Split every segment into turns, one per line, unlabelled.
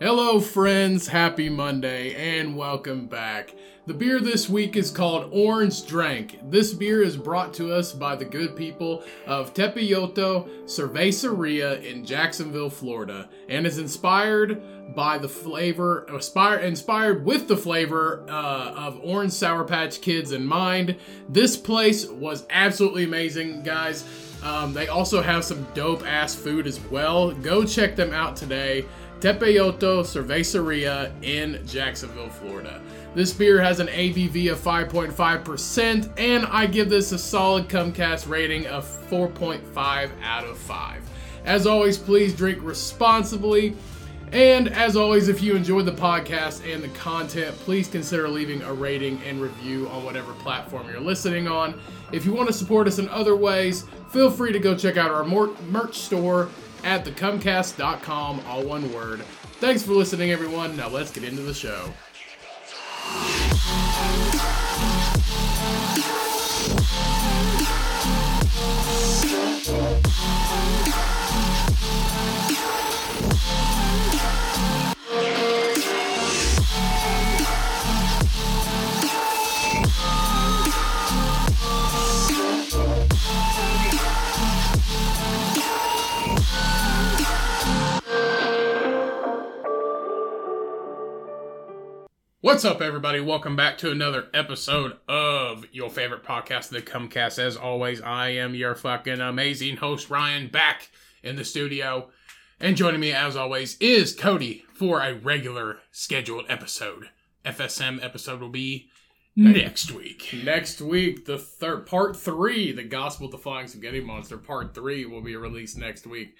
Hello, friends. Happy Monday and welcome back. The beer this week is called Orange Drank. This beer is brought to us by the good people of Tepilloto Cerveceria in Jacksonville, Florida, and is inspired by the flavor, inspired, inspired with the flavor uh, of Orange Sour Patch Kids in mind. This place was absolutely amazing, guys. Um, they also have some dope ass food as well. Go check them out today. Tepeyoto Cerveceria in Jacksonville, Florida. This beer has an ABV of 5.5%, and I give this a solid Comcast rating of 4.5 out of 5. As always, please drink responsibly. And as always, if you enjoyed the podcast and the content, please consider leaving a rating and review on whatever platform you're listening on. If you want to support us in other ways, feel free to go check out our mer- merch store at thecumcast.com, all one word. Thanks for listening, everyone. Now let's get into the show. What's up, everybody? Welcome back to another episode of your favorite podcast, The Comcast. As always, I am your fucking amazing host, Ryan, back in the studio. And joining me, as always, is Cody for a regular scheduled episode. FSM episode will be next week.
Next week, the third part three, the Gospel Defying Spaghetti Monster part three will be released next week.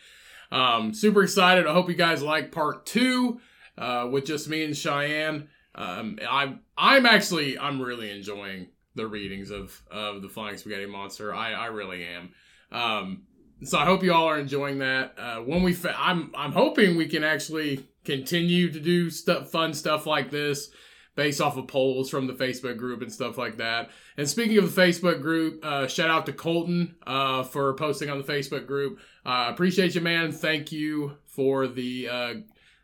Um, super excited. I hope you guys like part two uh, with just me and Cheyenne. Um, I'm I'm actually I'm really enjoying the readings of of the Flying Spaghetti Monster. I I really am. Um, so I hope you all are enjoying that. Uh, when we fa- I'm I'm hoping we can actually continue to do stuff fun stuff like this based off of polls from the Facebook group and stuff like that. And speaking of the Facebook group, uh, shout out to Colton uh, for posting on the Facebook group. Uh, appreciate you, man. Thank you for the uh,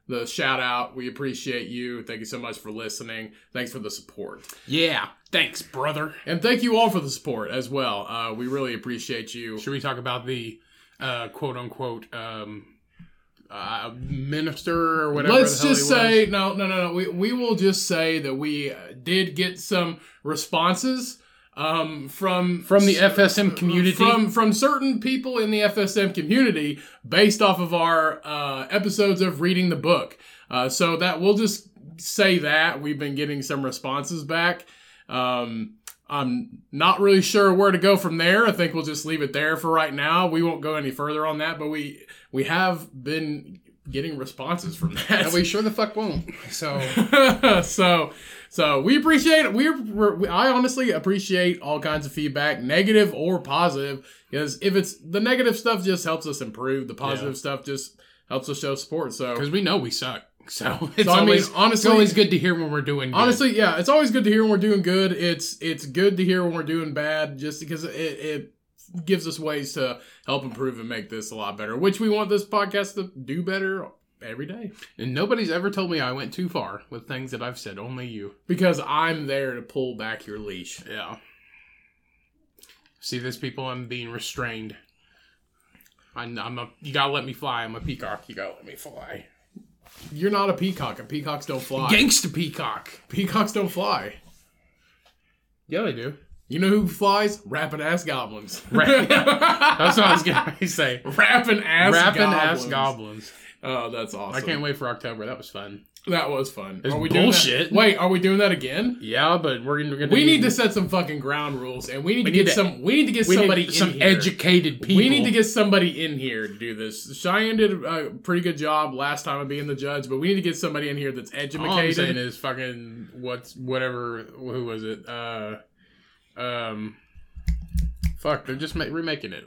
the shout out. We appreciate you. Thank you so much for listening. Thanks for the support.
Yeah. Thanks, brother.
And thank you all for the support as well. Uh, we really appreciate you.
Should we talk about the uh, quote unquote um, uh, minister or whatever?
Let's
the hell
just
he was?
say no, no, no, no. We we will just say that we uh, did get some responses um, from uh,
from the FSM community.
from from certain people in the FSM community based off of our uh, episodes of reading the book. Uh, so that we'll just say that we've been getting some responses back. Um, I'm not really sure where to go from there. I think we'll just leave it there for right now. We won't go any further on that, but we we have been getting responses from that.
And we sure the fuck won't. So
so so we appreciate it. We're, we're I honestly appreciate all kinds of feedback, negative or positive, because if it's the negative stuff just helps us improve, the positive stuff just helps us show support. So
because we know we suck. So it's
I mean,
always honestly,
honestly-
it's always good to hear when we're doing. Good.
honestly, yeah, it's always good to hear when we're doing good. It's it's good to hear when we're doing bad, just because it. it gives us ways to help improve and make this a lot better which we want this podcast to do better every day
and nobody's ever told me I went too far with things that I've said. Only you.
because i'm there to pull back your leash
Yeah. See this, people. I'm being restrained. I'm, I'm a. You gotta let me fly. I'm a peacock. You gotta let me fly.
you're not a peacock and peacocks don't fly
Gangsta peacock.
Peacocks don't fly.
Yeah, they do.
You know who flies? Rapping ass goblins.
Right. That's what I was gonna say.
Rapping ass
Rapping
goblins.
ass goblins.
Oh, that's awesome.
I can't wait for October. That was fun.
That was fun.
It's
doing that-
bullshit.
Wait, are we doing that again?
Yeah, but we're gonna. We're gonna
We need to set some fucking ground rules, and we need to
need
get
to-
some. We need to get
we need
somebody in
some
here.
educated people.
We need to get somebody in here to do this. Cheyenne did a pretty good job last time of being the judge, but we need to get somebody in here that's
All I'm saying
educated.
is fucking what's whatever. Who was it? Uh, um, fuck. They're just ma- remaking it.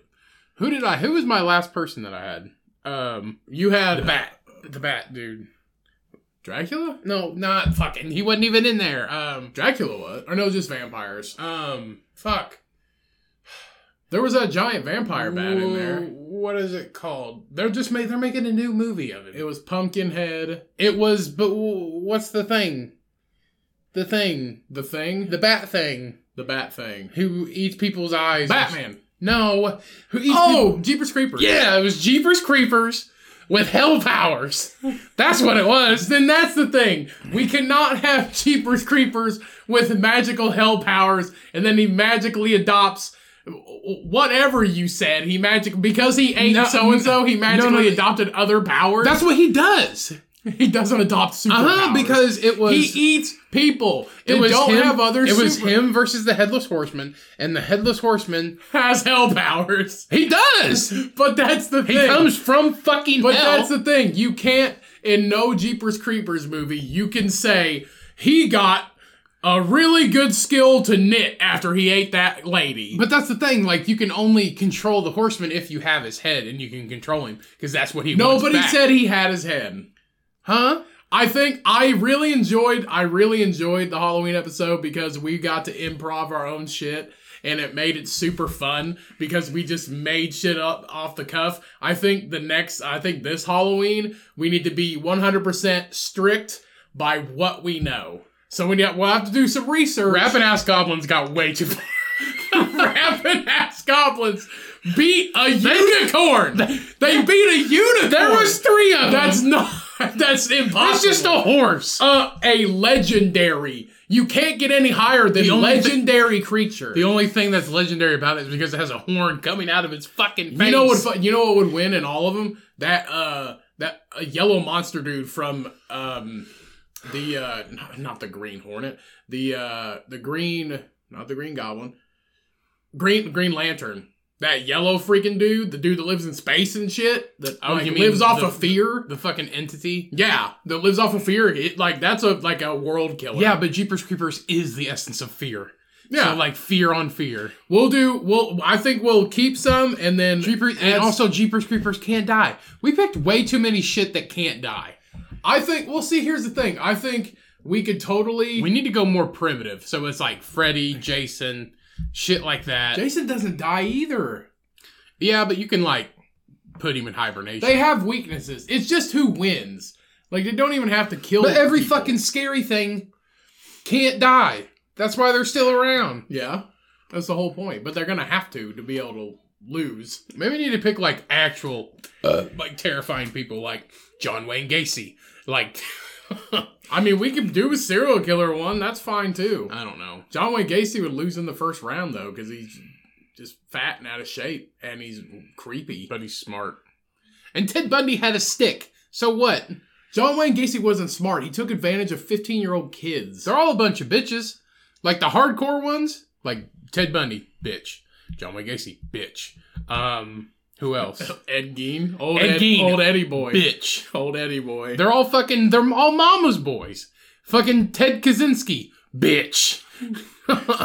Who did I? Who was my last person that I had? Um,
You
the
had
bat. The bat, dude.
Dracula.
No, not fucking. He wasn't even in there. Um,
Dracula was, or no, just vampires.
um, fuck.
There was a giant vampire bat in there.
Wh- what is it called? They're just made. They're making a new movie of it. It was Pumpkinhead. It was, but w- what's the thing? The thing,
The Thing,
the bat thing,
the Bat Thing,
who eats people's eyes.
Batman.
No, who eats?
Oh, Jeepers Creepers.
people- yeah, it was Jeepers Creepers with hell powers. That's what it was.
Then that's the thing. We cannot have Jeepers Creepers with magical hell powers, and then he magically adopts whatever you said. He magic because he ate
No,
so and so. He magically
no, no.
adopted other powers.
That's what he does.
he doesn't adopt superpowers.
Uh huh. Because it was
he eats people.
It
and
was
don't
him,
have other.
It was
super-
him versus the headless horseman, and the headless horseman.
has hell powers.
He does. He
But that's the thing.
comes from fucking
But
hell.
that's the thing. You can't in no Jeepers Creepers movie. You can say he got a really good skill to knit after he ate that lady.
but that's the thing. Like you can only control the horseman if you have his head, and you can control him because that's what he. wants
Nobody
back.
said he had his head.
huh?
I think I really enjoyed. I really enjoyed the Halloween episode because we got to improv our own shit. And it made it super fun because we just made shit up off the cuff. I think the next, I think this Halloween, we need to be 100% strict by what we know. So we got, we'll have to do some research.
Rapping ass goblins got way too. far.
Rapping ass goblins beat a unicorn. They beat a unicorn.
There was three of them.
That's not. That's impossible.
It's just a horse.
Uh, a legendary. You can't get any higher than
The only thi-
legendary creature.
the only thing that's legendary about it is because it has a horn coming out of its fucking face.
you know what? fu- You know what would win in all of them? That uh, that uh, yellow monster dude from um, the uh, not, not the Green Hornet, the uh, the green, not the Green Goblin, Green Green Lantern. That yellow freaking dude, the dude that lives in space and shit, that
Oh,
like,
you mean
lives off
the-
of fear.
the fucking entity.
Yeah, that lives off of fear. It, like that's a like a world killer.
Yeah, but Jeepers Creepers is the essence of fear.
yeah.
So like fear on fear.
We'll do. We'll. I think we'll keep some, and then
Jeepers, and
add-
also Jeepers Creepers can't die. We picked way too many shit that can't die.
I think we'll see. Here's the thing. I think we could totally.
We need to go more primitive. So it's like Freddy, Jason, shit like that.
Jason doesn't die either.
yeah, but you can like put him in hibernation.
They have weaknesses. It's just who wins. Like they don't even have to kill.
but every
people.
fucking scary thing can't die. That's why they're still around.
yeah. That's the whole point. But they're gonna have to to be able to lose.
Maybe we need to pick like actual, like terrifying people, like John Wayne Gacy. Like
I mean, we could do a serial killer one. That's fine too.
I don't know.
John Wayne Gacy would lose in the first round though because he's just fat and out of shape and he's creepy.
But he's smart. And Ted Bundy had a stick. So what?
John Wayne Gacy wasn't smart. He took advantage of 15 year old kids.
They're all a bunch of bitches. Like the hardcore ones, like Ted Bundy, bitch. John Wayne Gacy, bitch. Um, who else?
Ed Gein. Old
Ed
Ed,
Gein.
Old Eddie boy.
bitch.
Old Eddie boy.
They're all fucking. They're all mama's boys. Fucking Ted Kaczynski, bitch.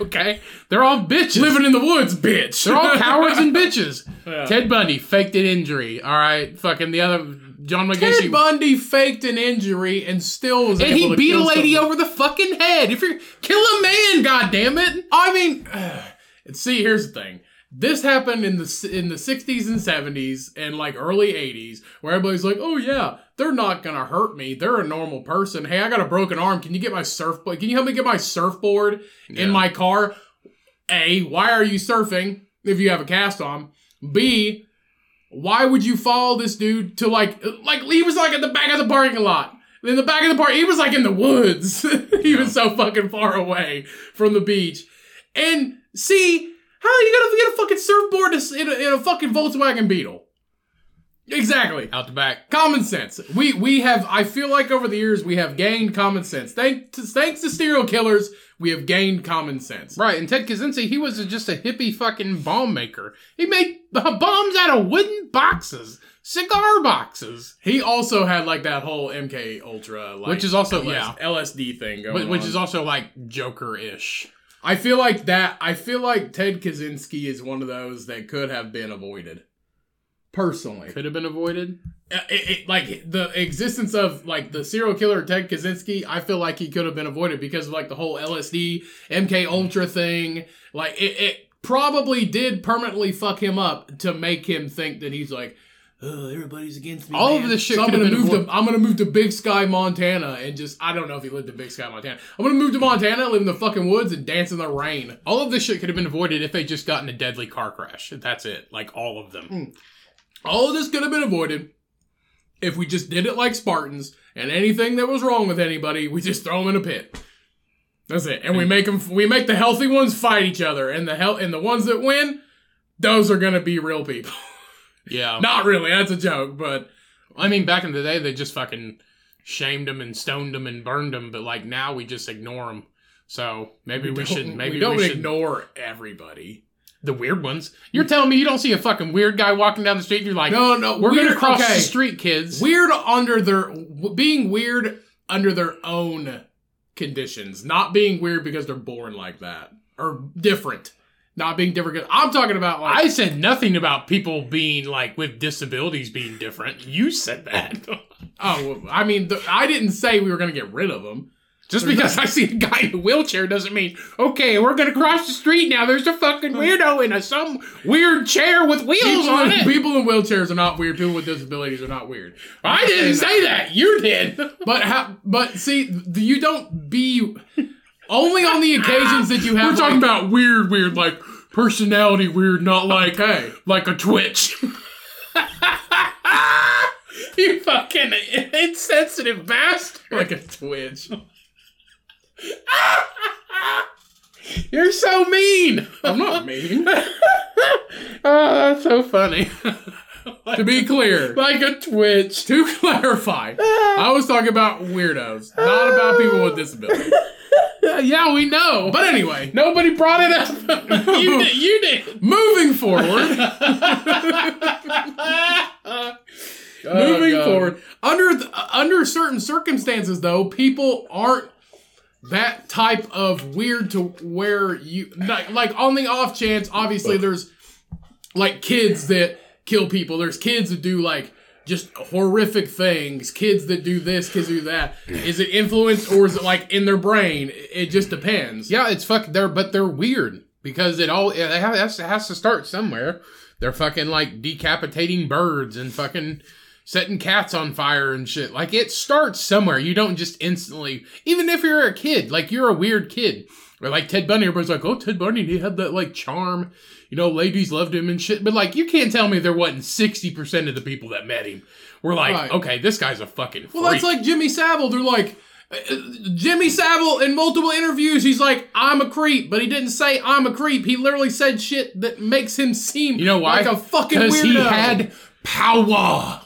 okay, they're all bitches.
living in the woods, bitch.
they're all cowards and bitches.
Yeah. Ted,
Ted Bundy faked an injury. All right, fucking the other John Wayne Gacy.
Bundy faked an injury and still was
and
able
he
to
beat a
kill
lady
someone.
over the fucking head. If you're kill a man, god damn it.
I mean, see, here's the thing. This happened in the s- in the 60s and 70s and like early 80s, where everybody's like, "Oh yeah, they're not gonna hurt me. They're a normal person. Hey, I got a broken arm. Can you get my surfboard? Can you help me get my surfboard in
Yeah.
my car?" A, why are you surfing if you have a cast on? B, why would you follow this dude to like like he was like at the back of the parking lot? In the back of the park, he was like in the woods. he was so fucking far away from the beach. And see, how are you gonna get a fucking surfboard to s- in a, in a fucking Volkswagen Beetle? Exactly.
Out the back.
Common sense. We we have. I feel like over the years we have gained common sense. Thanks to, thanks to serial killers, we have gained common sense.
Right, and Ted Kaczynski, he was just a hippie fucking bomb maker. He made bombs out of wooden boxes, cigar boxes,
He also had like that whole MK Ultra, like,
Which is also-
LS,
yeah.
LSD thing going
which, which
on.
is also like Joker ish.
I feel like that. I feel like Ted Kaczynski is one of those that could have been avoided. Personally,
Could have been avoided.
Uh, it, it, like the existence of like the serial killer Ted Kaczynski, I feel like he could have been avoided because of like the whole LSD MK Ultra thing. Like it, it probably did permanently fuck him up to make him think that he's like, oh, everybody's against me.
All
man.
of this shit
So I'm
could
gonna
have been
move
avoided.
to I'm gonna move to Big Sky, Montana, and just I don't know if he lived in Big Sky, Montana. I'm gonna move to Montana, live in the fucking woods, and dance in the rain.
All of this shit could have been avoided if they just gotten a deadly car crash. That's it. Like all of them.
All of this could have been avoided if we just did it like Spartans, and anything that was wrong with anybody, we just throw them in a pit. That's it, and we
Hmm.
make them. We make the healthy ones fight each other, and the hell and the ones that win, those are gonna be real people.
Yeah. um,
Not really, that's a joke, but
I mean, back in the day, they just fucking shamed them and stoned them and burned them, but like now we just ignore them. So maybe we,
don't-
should. Maybe
we don't
should,
ignore everybody.
the weird ones. You're telling me you don't see a fucking weird guy walking down the street? and You're like,
No, no,
we're
weird-
gonna cross
okay.
the street, kids.
Weird under their w- being weird under their own conditions, not being weird because they're born like that or different. Not being different. 'cause- I'm talking about like
I said nothing about people being like with disabilities being different. You said that.
Oh, well, I mean, the, I didn't say we were going to get rid of them.
Just because I see a guy in a wheelchair doesn't mean okay, we're gonna cross the street now. There's a fucking weirdo in a some weird chair with wheels
People,
on
in-
it.
people in wheelchairs are not weird. People with disabilities are not weird.
I didn't say that. You did.
But how, but see, th- you don't be only on the occasions that you have.
We're talking about weird, weird, like personality weird, not like
okay.
like a twitch. you fucking insensitive bastard.
Like a twitch.
You're so mean.
I'm not mean.
Oh, that's so funny.
to be clear,
like a twitch.
to clarify, I was talking about weirdos, not about people with disabilities.
yeah, we know.
But anyway,
Nobody brought it up. you did. You did.
moving forward. moving forward under th- uh, under certain circumstances though people aren't that type of weird to where you like, like on the off chance obviously there's like kids that kill people there's kids that do like just horrific things kids that do this kids do that is it influence or is it like in their brain it it just depends
Yeah, it's fuck. They're but they're weird because it all it has, it has to start somewhere. They're fucking like decapitating birds and fucking setting cats on fire and shit. Like it starts somewhere. You don't just instantly, even if you're a kid, like you're a weird kid. Or like Ted Bundy, everybody's like, oh, Ted Bundy, he had that like charm. You know, ladies loved him and shit. But like, you can't tell me there wasn't 60% of the people that met him were like,
Right.
okay, this guy's a fucking freak.
Well, that's like Jimmy Savile. They're like, uh, Jimmy Savile in multiple interviews, he's like, I'm a creep, but he didn't say I'm a creep. He literally said shit that makes him seem
You know why?
like a fucking
Because
weirdo.
he had power.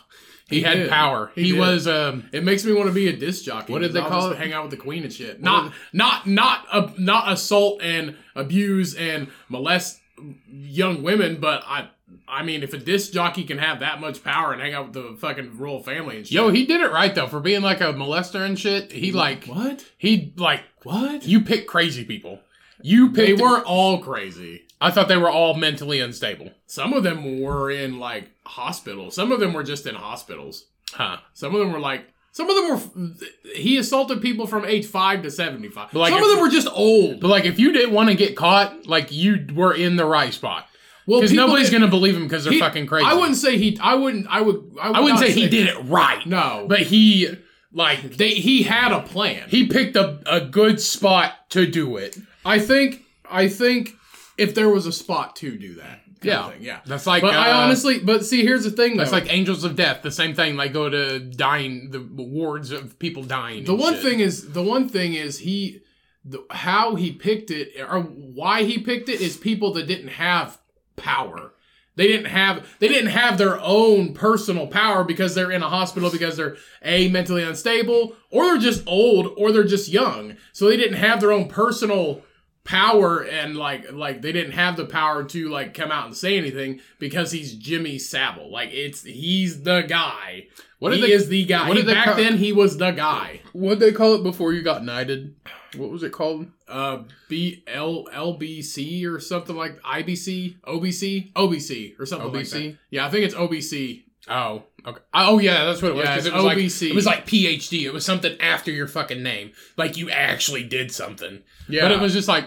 He, had
did.
power.
He
He,
did.
was um
it makes me want to be a disc jockey.
What did
'cause
they
I'll
call
just
it?
Hang out with the queen and shit.
did-
Not, not, not, uh, not assault and abuse and molest young women, but I, I mean, if a disc jockey can have that much power and hang out with the fucking royal family and shit,
yo. He did it right though for being like a molester and shit. He like
what?
he like
What?
you pick crazy people. You
They
picked.
weren't all crazy.
I thought they were all mentally unstable.
Some of them were in like hospitals. Some of them were just in hospitals.
Huh.
Some of them were like, some of them were, he assaulted people from age five to 75.
But, like,
some
if-
of them were just old.
But like, if you didn't want to get caught, like you were in the right spot
Well,
because
people
nobody's
that-
gonna believe him because they're
he-
fucking crazy.
I wouldn't say he, I wouldn't, I would, I, would
I wouldn't
not
say he did it right.
No.
but he like
they, he had a plan.
he picked a a good spot to do it.
I think, I think if there was a spot to do that. kind of
Yeah.
thing, Yeah.
That's like.
But I
uh,
honestly, but see, here's the thing though.
It's like Angels of Death, the same thing. Like go to dying, the wards of people dying.
The one thing is the one thing is he the, how he picked it or why he picked it is people that didn't have power. They didn't have they didn't have their own personal power because they're in a hospital because they're a mentally unstable or they're just old or they're just young. So they didn't have their own personal power and like like they didn't have the power to like come out and say anything because he's Jimmy Savile. Like it's he's the guy.
What
he
did they-
is the guy.
what did
He-
they
back
call-
then he was the guy.
what they call it before you got knighted? What was it called?
uh B L L B C or something like IBC, OBC, OBC or something like
OBC?
that. Yeah, I think it's OBC.
Oh, okay. Oh, yeah, that's what it was.
Yeah,
'cause
it's
it was
OBC.
Like, it was like PhD. It was something after your fucking name, like you actually did something.
Yeah,
But it was just like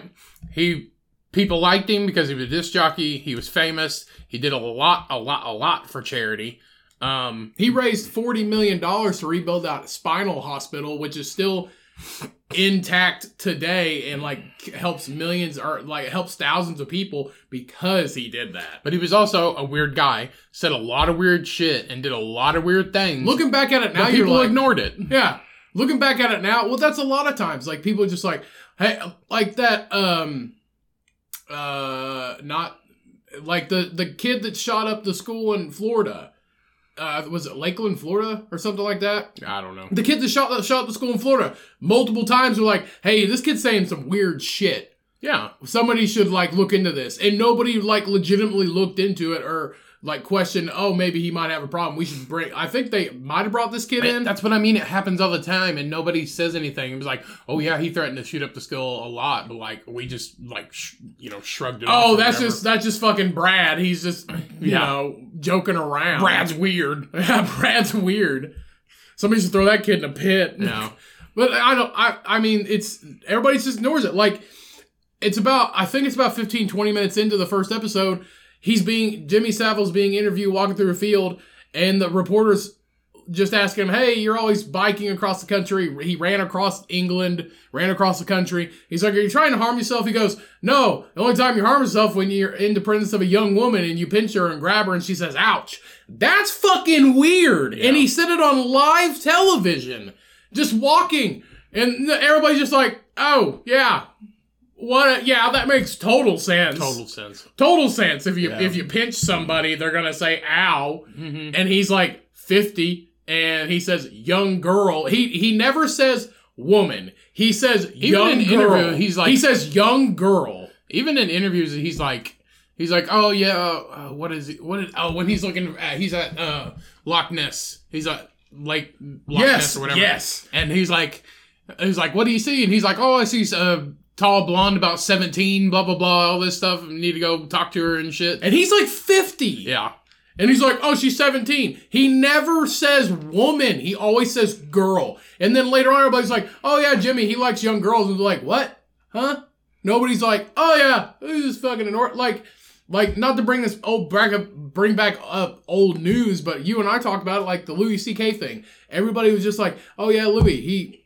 he People liked him because he was a disc jockey. He was famous. He did a lot, a lot, a lot for charity. Um,
He raised forty million dollars to rebuild that spinal hospital, which is still intact today, and like helps millions or like helps thousands of people because he did that.
but he was also a weird guy. Said a lot of weird shit and did a lot of weird things.
Looking back at it
now
now, you're
people
like,
ignored it.
yeah. Looking back at it now, well, that's a lot of times. Like people are just like, hey, like that. Um, uh, not like the the kid that shot up the school in Florida. Uh, was it Lakeland, Florida, or something like that?
I don't know.
The kids that shot that shot up the school in Florida multiple times were like, "Hey, this kid's saying some weird shit.
Yeah,
Somebody should like look into this." And nobody like legitimately looked into it or like questioned, "Oh, maybe he might have a problem. We should bring." I think they might have brought this kid
It-
in.
that's what I mean. It happens all the time, and nobody says anything. It was like, oh yeah, he threatened to shoot up the school a lot, but like we just like sh- you know shrugged it. off
Oh,
or
that's
whatever.
just that's just fucking Brad. He's just you
Yeah.
know joking around.
Brad's weird.
yeah, Brad's weird. Somebody should throw that kid in a pit.
No,
But I don't. I I mean, it's everybody just ignores it. Like it's about. I think it's about 15, 20 minutes into the first episode. He's being Jimmy Savile's being interviewed walking through a field, and the reporters just asking him, "Hey, you're always biking across the country." He ran across England, ran across the country. He's like, "Are you trying to harm yourself?" He goes, "No. The only time you harm yourself when you're in the presence of a young woman and you pinch her and grab her, and she says, "Ouch." That's fucking weird. And he said it on live television, just walking, and everybody's just like, "Oh yeah." What? Yeah, that makes total sense.
total sense.
Total sense. If you
Yeah.
if you pinch somebody, they're gonna say "ow,"
Mm-hmm.
and he's like 50 and he says young girl he he never says woman he says young
in
girl
interview, he's like-
he says young girl
Even in interviews, he's like, he's like, oh yeah, uh, uh, what is it? What is? Oh, when he's looking, at, he's at uh, Loch Ness. He's at Lake Loch Ness
yes
or whatever.
yes
And he's like, he's like, what do you see? And he's like, oh, I see a tall blonde about seventeen, blah blah blah, all this stuff. Need to go talk to her and shit.
and he's like 50
yeah,
and he's like oh she's 17 he never says woman he always says girl and then later on everybody's like oh yeah jimmy he likes young girls and they're like what huh nobody's like oh yeah this is fucking an or-. like like not to bring this old back up, bring back up old news, but you and I talked about it, like the Louis C.K. thing. Everybody was just like, "Oh yeah, Louis, he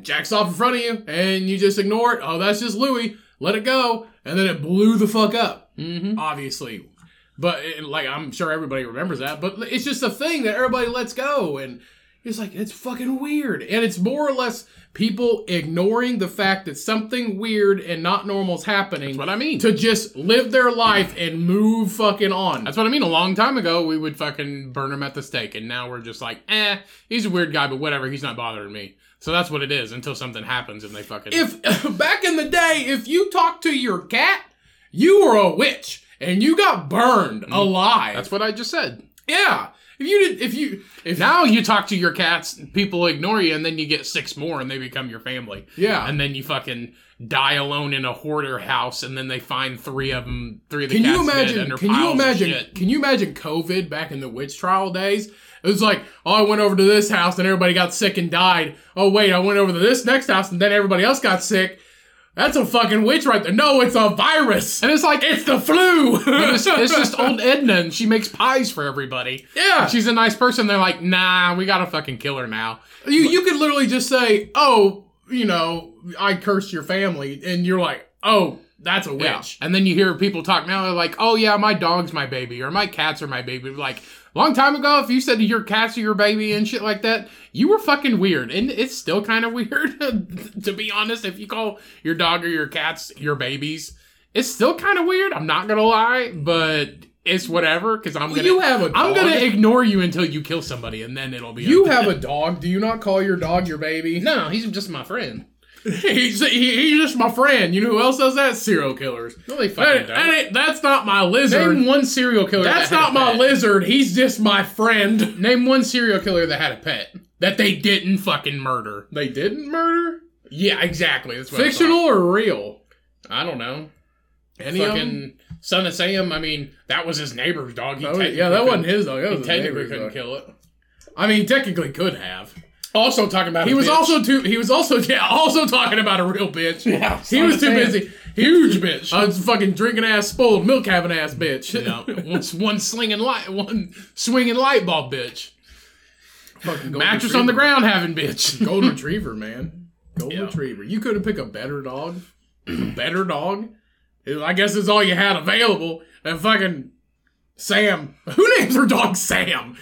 jacks off in front of you," and you just ignore it. Oh, that's just Louis. Let it go, and then it blew the fuck up.
Mhm.
Obviously, but it, like I'm sure everybody remembers that. But it's just a thing that everybody lets go, and it's like it's fucking weird, and it's more or less people ignoring the fact that something weird and not normal is happening
that's what I mean.
to just live their life and move fucking on.
That's what I mean. A long time ago, we would fucking burn him at the stake, and now we're just like, eh, he's a weird guy, but whatever, he's not bothering me. So that's what it is until something happens and they fucking.
If back in the day, if you talked to your cat, you were a witch and you got burned alive.
Mm-hmm. that's what I just said.
yeah. If you did, if you, if
Now you talk to your cats, people ignore you, and then you get six more, and they become your family.
yeah,
And then you fucking die alone in a hoarder house, and then they find three of them, three of the
can
cats
you
dead
imagine?
under
Can
piles
you
of
imagine?
shit.
Can you imagine COVID back in the witch trial days? It was like, oh, I went over to this house and everybody got sick and died. Oh wait, I went over to this next house and then everybody else got sick. That's a fucking witch right there. No, it's a virus.
And it's like
It's the flu.
But it's, it's just old Edna, and she makes pies for everybody.
yeah.
She's a nice person. They're like, nah, we gotta fucking kill her now.
You you could literally just say, "Oh, you know, I cursed your family," and you're like, "Oh, that's a witch."
Yeah. And then you hear people talk now, they're like, oh yeah, my dog's my baby, or my cats are my baby. Like, long time ago, if you said your cats are your baby and shit like that, you were fucking weird. And it's still kind of weird, to be honest. If you call your dog or your cats your babies, it's still kind of weird. I'm not gonna lie, but it's whatever, because I'm gonna.
you have a dog.
I'm gonna ignore you until you kill somebody, and then it'll be.
you
okay.
have a dog. Do you not call your dog your baby?
no. He's just my friend.
he's, he, he's just my friend. You know who else does that? Serial killers.
No, they
That,
fucking
that
don't.
ain't- that's not my lizard.
Name one serial killer. that
that's
had a
not my
pet.
lizard. He's just my friend.
Name one serial killer that had a pet that they didn't fucking murder.
They didn't murder.
Yeah, exactly. That's what I thought.
Fictional or real?
I don't know.
Any of 'em?
fucking Oh, son of Sam. I mean, that was his neighbor's dog. He
That was-
technically
Oh, yeah, that wasn't
couldn't-
his dog. That was his
He technically
neighbor's
couldn't
dog.
kill it.
I mean, technically could have.
Also talking about
He
a
was
bitch.
also too. He was also yeah. Also talking about a real bitch.
Yeah,
he was too
understand.
busy.
Huge bitch.
I was fucking drinking ass, spoiled milk having ass bitch.
Yeah.
one, one slinging light, one swinging light bulb bitch.
Fucking golden
Mattress on the
retriever.
ground having bitch.
Golden retriever, man.
Golden
Yeah.
retriever. You couldn't pick a better dog. better dog. I guess it's all you had available. And fucking Sam. Who names her dog Sam?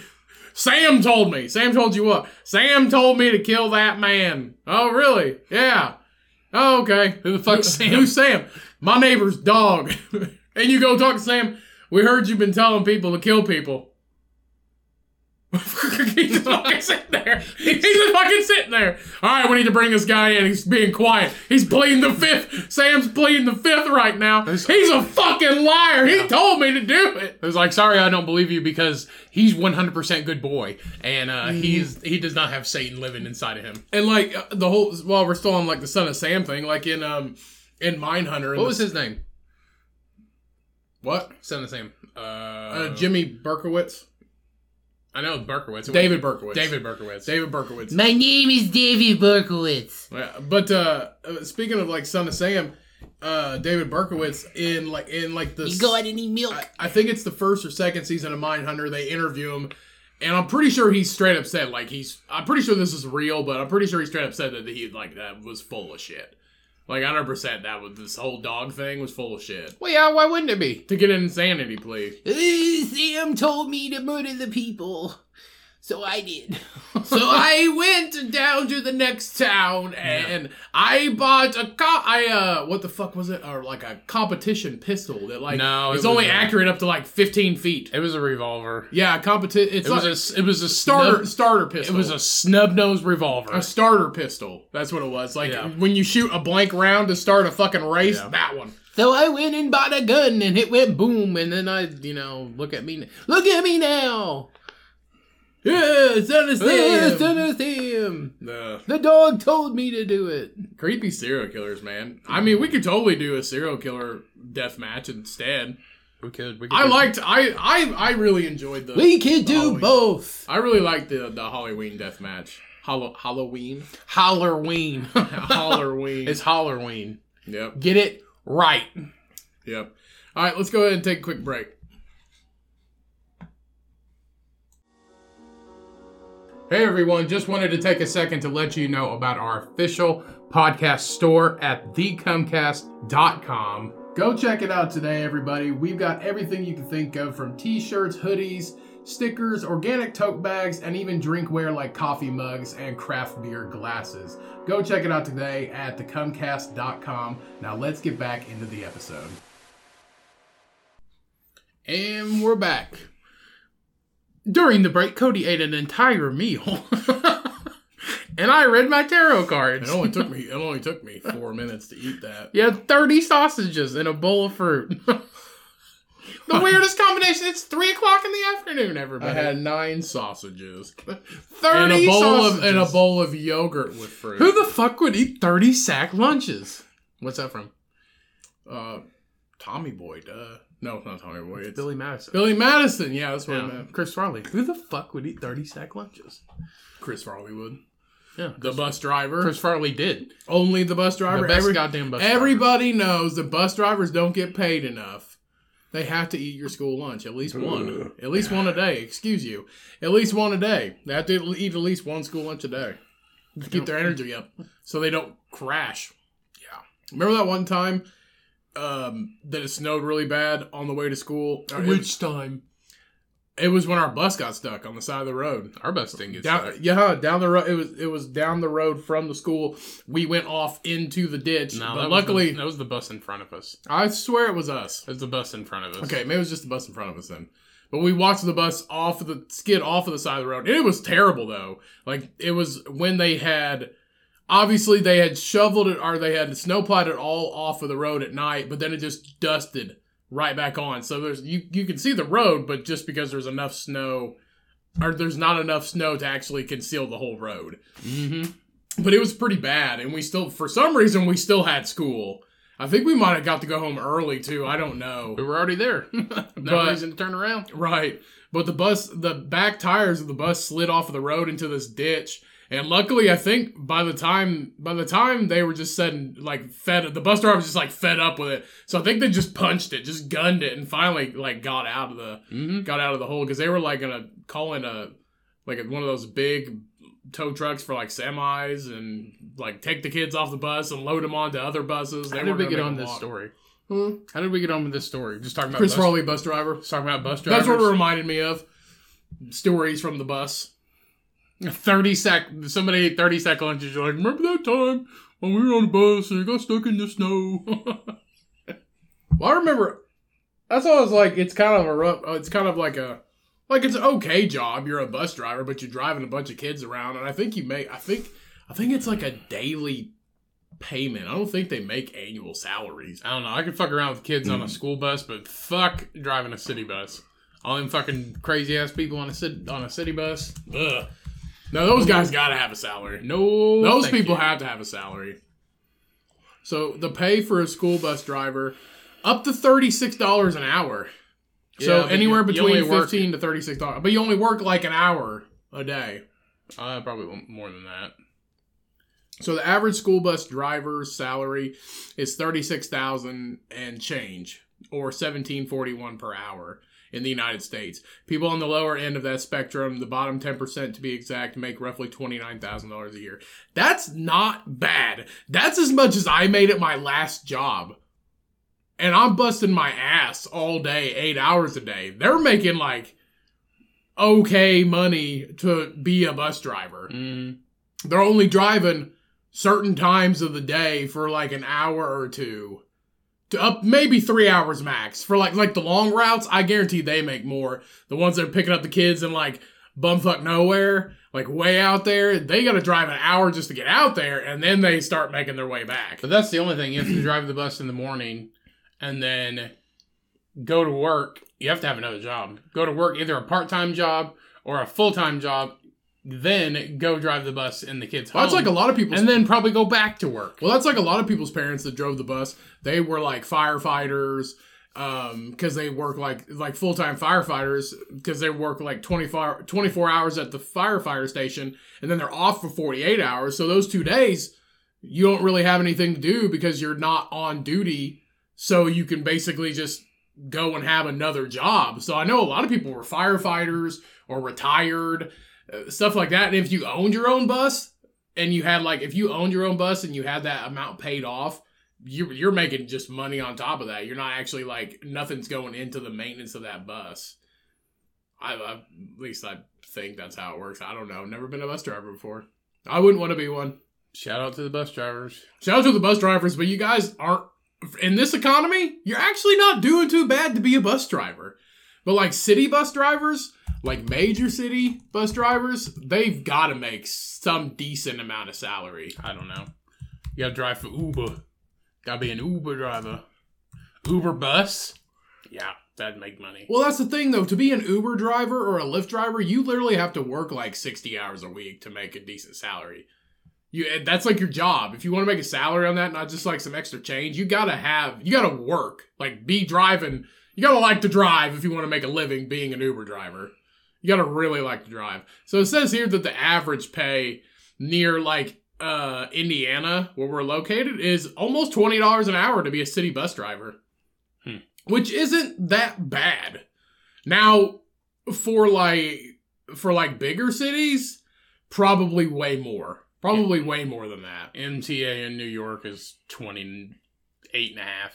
Sam told me. Sam told you what? Sam told me to kill that man. Oh, really? Yeah. Oh, okay.
Who the fuck's
Who-
Sam?
Who's Sam? My neighbor's dog. and you go talk to Sam. We heard you've been telling people to kill people. He's just fucking sitting there. He's just fucking sitting there. All right, we need to bring this guy in. He's being quiet. He's pleading the fifth. Sam's pleading the fifth right now. He's a fucking liar. He told me to do it.
It was like, sorry, I don't believe you because he's 100% good boy, and uh, he's he does not have Satan living inside of him.
Mm. And like uh, the whole while we're still on like the son of Sam thing, like in um in Mindhunter. in
What
the-
was his name?
what?
Sound the same. Uh,
Uh, Jimmy Berkowitz.
I know Berkowitz. It
David
was-
Berkowitz.
David Berkowitz.
David Berkowitz.
My name is David Berkowitz.
Yeah, but uh, uh, speaking of like Son of Sam, uh, David Berkowitz in like in like the
You got any milk?
I, I think it's the first or second season of Mindhunter. They interview him, and I'm pretty sure he's straight up said like he's. I'm pretty sure this is real, but I'm pretty sure he straight up said that he like that was full of shit. Like 100 percent that was this whole dog thing was full of shit.
Well, yeah. Why wouldn't it be?
To get an insanity plea,
Uh, Sam told me to murder the people. So I did. so I.
went down to the next town and I bought a co- I uh what the fuck was it or like a competition pistol that like
No, it
it's
was
only
a-
accurate up to like 15 feet.
It was a revolver.
Yeah, competition. It's
It was
like
a.
a
s- It was a
starter
snub-
starter pistol.
It was a snub nosed
a
revolver.
starter pistol. That's what it was. Like
Yeah.
when you shoot a blank round to start a fucking race,
Yeah.
that one.
So I went and bought a gun and it went boom and then I, you know, look at me. n- Look at me now.
Yeah, son of
Uh, son of Sam.
The
The dog told me to do it.
creepy serial killers, man. I mean, we could totally do a serial killer death match instead.
We could. We could
I
do-
liked. I I I really enjoyed the.
We could do
Oh, yeah.
both.
I really liked the the Halloween death match. Hallo- Halloween.
Halloween.
Halloween.
it's Halloween.
yep.
Get it right.
Yep. All right, let's go ahead and take a quick break. Hey everyone, just wanted to take a second to let you know about our official podcast store at thecomcast.com. Go check it out today, everybody. We've got everything you can think of from t shirts, hoodies, stickers, organic tote bags, and even drinkware like coffee mugs and craft beer glasses. Go check it out today at thecomcast.com. Now let's get back into the episode.
And we're back. During the break, Cody ate an entire meal. and I read my tarot cards.
It only took me. It only took me four minutes to eat that.
You had 30 sausages and a bowl of fruit. the weirdest combination. It's 3 o'clock in the afternoon,
I
everybody.
had nine sausages
30
and a bowl
sausages.
of and a bowl of yogurt with fruit.
Who the fuck would eat 30 sack lunches? What's that from?
uh, Tommy Boy? Duh. No, it's not Tommy Boy. It's Billy,
Billy Madison.
Madison. Yeah, that's what I
Yeah.
meant.
Chris Farley. Who the fuck would eat 30 sack lunches?
Chris Farleywood,
Yeah.
the bus driver.
Chris Farley did.
Only the bus driver.
The best
Every-
goddamn bus driver.
everybody knows that bus drivers don't get paid enough. They have to eat your school lunch, at least one, at least one a day. Excuse you, at least one a day. They have to eat at least one school lunch a day to keep their energy up, so they don't crash. Yeah, remember that one time um, that it snowed really bad on the way to school. Or it-
time?
it was when our bus got stuck on the side of the road
Our bus thing gets
down, yeah, down the road. It was it was down the road from the school. We went off into the ditch,
No,
but
that
luckily
was the, that was the bus in front of us.
I swear it was us.
That was the bus in front of us.
Okay, maybe it was just the bus in front of us then. But we watched the bus off of the skid off of the side of the road. It was terrible though. Like it was when they had obviously they had shoveled it or they had snowplowed it all off of the road at night, but then it just dusted right back on. So there's you you can see the road, but just because there's enough snow or there's not enough snow to actually conceal the whole road
hmm
but it was pretty bad and we still for some reason we still had school i think we might have got to go home early too i don't
We
know
were already there. no
But-
reason to turn around.
right but the bus the back tires of the bus slid off of the road into this ditch And luckily, I think by the time by the time they were just setting like fed the bus driver was just like fed up with it. So I think they just punched it, just gunned it, and finally like got out of the
Mm-hmm.
got out of the hole because they were like gonna call in a like one of those big tow trucks for like semis and like take the kids off the bus and load them onto other buses.
How
They
did
were
we get on this story?
Hmm?
How did we get on with this story? Just talking about
Chris
bus,
Farley, bus driver.
just talking about bus drivers.
That's what it reminded me of. Stories from the bus.
thirty sec. Somebody ate thirty sec lunches. You're like, remember that time when we were on the bus and it got stuck in the snow?
Well, I remember. That's why I was like, it's kind of a rough. uh, It's kind of like a, like it's an okay job. You're a bus driver, but you're driving a bunch of kids around, and I think you make. I think, I think it's like a daily payment. I don't think they make annual salaries.
I don't know. I could fuck around with kids on a school bus, but fuck driving a city bus. All them fucking crazy ass people on a city on a city bus.
Ugh. No, those guys gotta have a salary.
No,
Those
thank
people
you.
have to have a salary. So the pay for a school bus driver, up to thirty six dollars an hour.
Yeah,
So
but
anywhere
you- you
between
only work-
fifteen to thirty six dollars, but you only work like an hour a day.
Uh, probably want more than that.
So the average school bus driver's salary is thirty six thousand and change, or seventeen forty one per hour in the United States. People on the lower end of that spectrum, the bottom ten percent to be exact, make roughly twenty nine thousand dollars a year. That's not bad. That's as much as I made at my last job. And I'm busting my ass all day, eight hours a day. They're making like okay money to be a bus driver
Mm-hmm.
they're only driving certain times of the day for like an hour or two to up maybe three hours max for like like the long routes i guarantee they make more the ones that are picking up the kids in like bumfuck nowhere like way out there they gotta drive an hour just to get out there and then they start making their way back
But that's the only thing. You have to drive the bus in the morning, and then go to work. You have to have another job. Go to work, either a part time job or a full time job. Then go drive the bus in the kids'
Well,
home.
that's like a lot of people
and then probably go back to work.
Well, that's like a lot of people's parents that drove the bus. They were like firefighters um because they work like like full-time firefighters because they work like 24 24 hours at the firefighter station and then they're off for 48 hours so those two days you don't really have anything to do because you're not on duty so you can basically just go and have another job so i know a lot of people were firefighters or retired uh, stuff like that and if you owned your own bus and you had like if you owned your own bus and you had that amount paid off you, you're making just money on top of that you're not actually like nothing's going into the maintenance of that bus I, I at least i think that's how it works i don't know never been a bus driver before i wouldn't want to be one
Shout out to the bus drivers.
shout out to the bus drivers but you guys aren't in this economy you're actually not doing too bad to be a bus driver but like city bus drivers like major city bus drivers they've got to make some decent amount of salary
I don't know. You gotta drive for Uber. Gotta be an Uber driver. Uber bus. Yeah, that'd make money.
Well, that's the thing though. To be an Uber driver or a Lyft driver, you literally have to work like 60 hours a week to make a decent salary. You and that's like your job. If you want to make a salary on that, not just like some extra change, you got to have you got to work. Like be driving. You got to like to drive if you want to make a living being an Uber driver. You got to really like to drive. So it says here that the average pay near like uh Indiana where we're located is almost $20 an hour to be a city bus driver which isn't that bad. Now, for like for like bigger cities, probably way more. Probably way more than that.
MTA in New York is 28 and a half.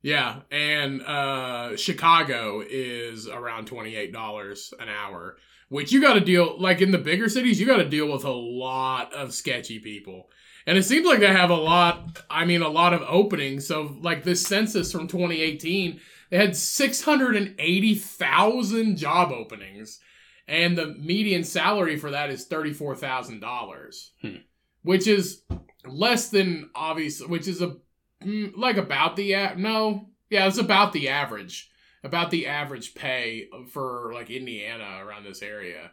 Yeah, and uh Chicago is around $28 an hour, which you got to deal like in the bigger cities, you got to deal with a lot of sketchy people. And it seems like they have a lot, I mean a lot of openings. So like this census from 2018, they had 680,000 job openings and the median salary for that is $34,000.
Hmm.
Which is less than obvious, which is a mm, like about the a- no yeah it's about the average about the average pay for like indiana around this area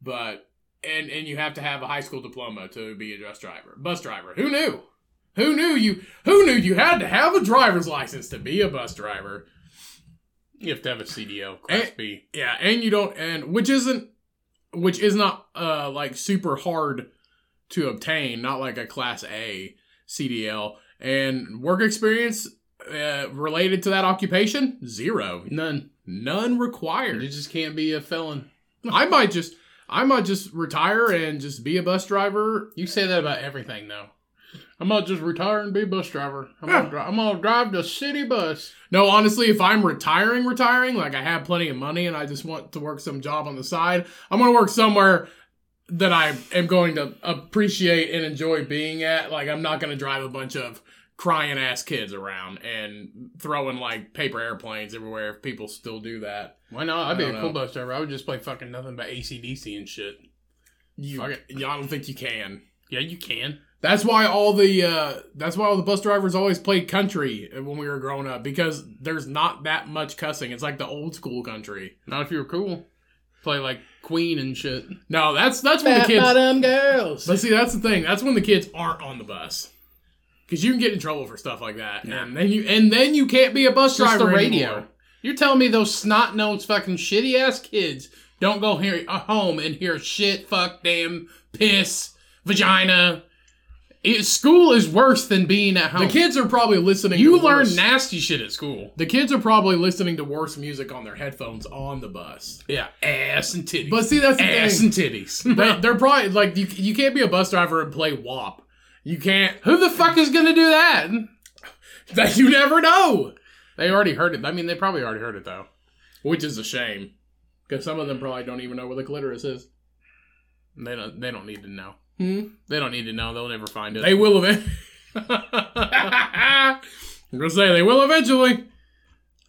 but and and you have to have a high school diploma to be a bus driver bus driver who knew who knew you who knew you had to have a driver's license to be a bus driver
You have to have a CDL, Class
Eh.
B.
yeah, and you don't and which isn't which is not uh like super hard to obtain, not like a Class A CDL. And work experience uh, related to that occupation, zero,
None.
none
You
required.
just can't be a felon.
I might just, I might just retire and just be a bus driver.
You say that about everything, though. I'm gonna just retire and be a bus driver. I'm, gonna, dri- I'm gonna drive the city bus.
No, honestly, if I'm retiring, retiring, like I have plenty of money and I just want to work some job on the side, I'm gonna work somewhere that I am going to appreciate and enjoy being at. Like I'm not gonna drive a bunch of crying ass kids around and throwing like paper airplanes everywhere if people still do that.
Why not? I'd
I
be a
don't
cool
know.
bus driver. I would just play fucking nothing but ACDC and shit.
You,
Fuck
I
it.
don't think you can.
Yeah, you can.
That's why all the uh, that's why all the bus drivers always played country when we were growing up because there's not that much cussing. It's like the old school country.
Not if you were cool. Play like Queen and shit.
No, that's that's when the kids
bottom girls.
But see, that's the thing. That's when the kids aren't on the bus, because you can get in trouble for stuff like that,
Yeah.
and then you and then you can't be a bus
Just the
driver
radio.
anymore.
You're telling me those snot nosed fucking shitty ass kids don't go here uh, home and hear shit, fuck, damn, piss, vagina. It, school is worse than being at home.
The kids are probably listening.
you
to
learn
worse-
nasty shit at school.
The kids are probably listening to worse music on their headphones on the bus.
Yeah, ass and titties.
But see, that's the
ass
thing.
and titties.
They, they're probably like you. You can't be a bus driver and play WAP. You can't.
Who the fuck is gonna do that?
That you never know.
They already heard it. I mean, they probably already heard it though.
Which is a shame, because some of them probably don't even know where the clitoris is.
They don't. They don't need to know.
Hmm?
They don't need to know. They'll never find it.
They will eventually. I'm gonna say they will eventually.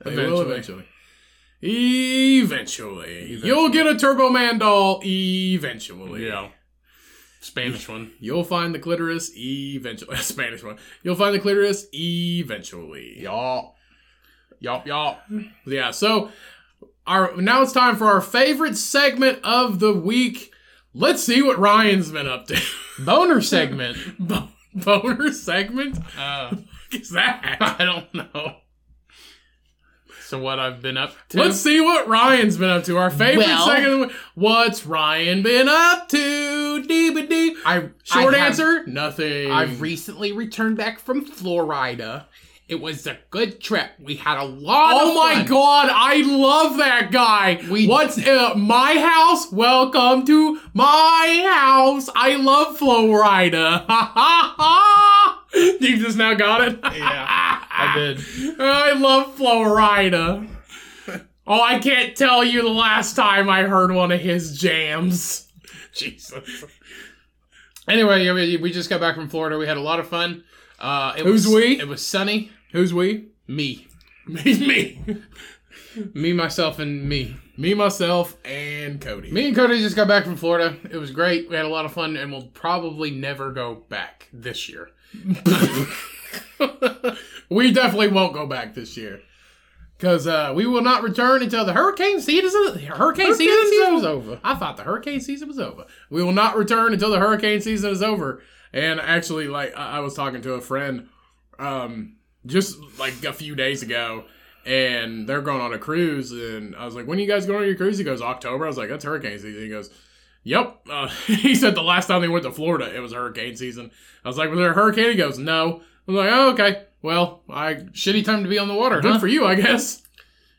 They will
Eventually.
Eventually. You'll get a Turbo Man doll eventually.
yeah. Spanish one.
You'll find the clitoris eventually. Spanish one. You'll find the clitoris eventually.
Y'all. Y'all. Y'all.
Yeah, so our now it's time for our favorite segment of the week. Let's see what Ryan's been up to.
Boner segment.
Bo- Boner segment?
Uh,
Is that?
I don't know. So what I've been up to?
Let's see what Ryan's been up to. Our favorite
Well-
segment. of the week. What's Ryan been up to? Dee dee.
I
Short
I have-
answer, nothing.
I've recently returned back from Florida. It was a good trip. We had a lot.
Oh
of
my
fun.
god, I love that guy.
We-
What's uh, my house? Welcome to my house. I love Florida. Ha ha ha. You just now got it?
Yeah, I did.
I love Florida. Oh, I can't tell you the last time I heard one of his jams. Jesus.
Anyway, yeah, we, we just got back from Florida. We had a lot of fun. Uh, it
Who's
was,
we?
It was sunny.
Who's we?
Me,
Me, me.
me, myself, and me.
Me, myself, and Cody.
Me and Cody just got back from Florida. It was great. We had a lot of fun, and we'll probably never go back this year.
we definitely won't go back this year because uh, we will not return until the hurricane season. Hurricane, season,
season
is
is
over. I thought the hurricane season was over. We will not return until the hurricane season is over. And actually, like I, I was talking to a friend, um, just like a few days ago. And they're going on a cruise, and I was like, "When are you guys going on your cruise?" He goes, "October." I was like, "That's hurricane season." He goes, "Yep." Uh, he said the last time they went to Florida, it was hurricane season. I was like, "Was there a hurricane?" He goes, "No." I'm like, oh, okay. Well, I good
Shitty time to be on the water, huh?
for you, I guess.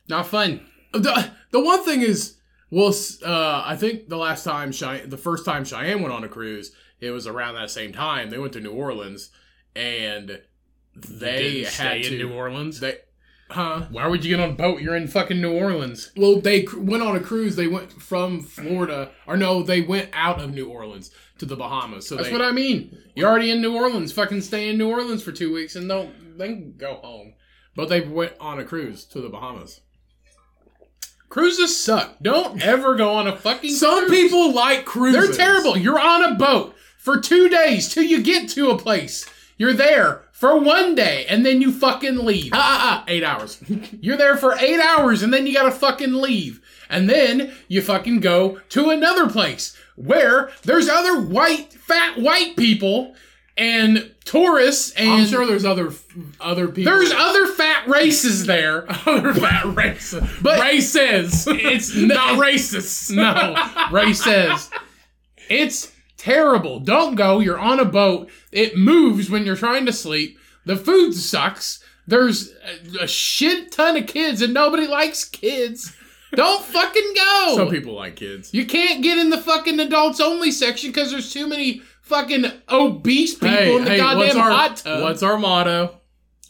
Not fun.
The, the one thing is, well, s- uh, I think the last time Cheyenne, the first time Cheyenne went on a cruise, it was around that same time. They went to New Orleans, and they
Didn't
had
stay
to,
in New Orleans.
they, huh?
Why would you get on a boat? You're in fucking New Orleans.
Well, they cr- went on a cruise. They went from Florida, or no, they went out of New Orleans to the Bahamas. So
That's
they,
what I mean. You're already in New Orleans. Fucking stay in New Orleans for two weeks and don't then go home.
but they went on a cruise to the Bahamas.
Cruises suck. Don't ever go on a fucking.
Some
cruise.
people like cruises.
They're terrible. You're on a boat for two days till you get to a place. You're there for one day and then you fucking leave.
Ah, ah, ah, eight hours.
You're there for eight hours and then you gotta fucking leave. And then you fucking go to another place where there's other white, fat white people and tourists and
I'm sure there's other other people.
there's other fat races there.
other fat races,
But-
races.
It's
not racists.
No, Ray says it's Terrible. Don't go. You're on a boat. It moves when you're trying to sleep. The food sucks. There's a, a shit ton of kids and nobody likes kids. Don't fucking go.
Some people like kids.
You can't get in the fucking adults only section because there's too many fucking obese people
Hey,
in the
hey, what's
goddamn
our
hot tub.
what's our motto?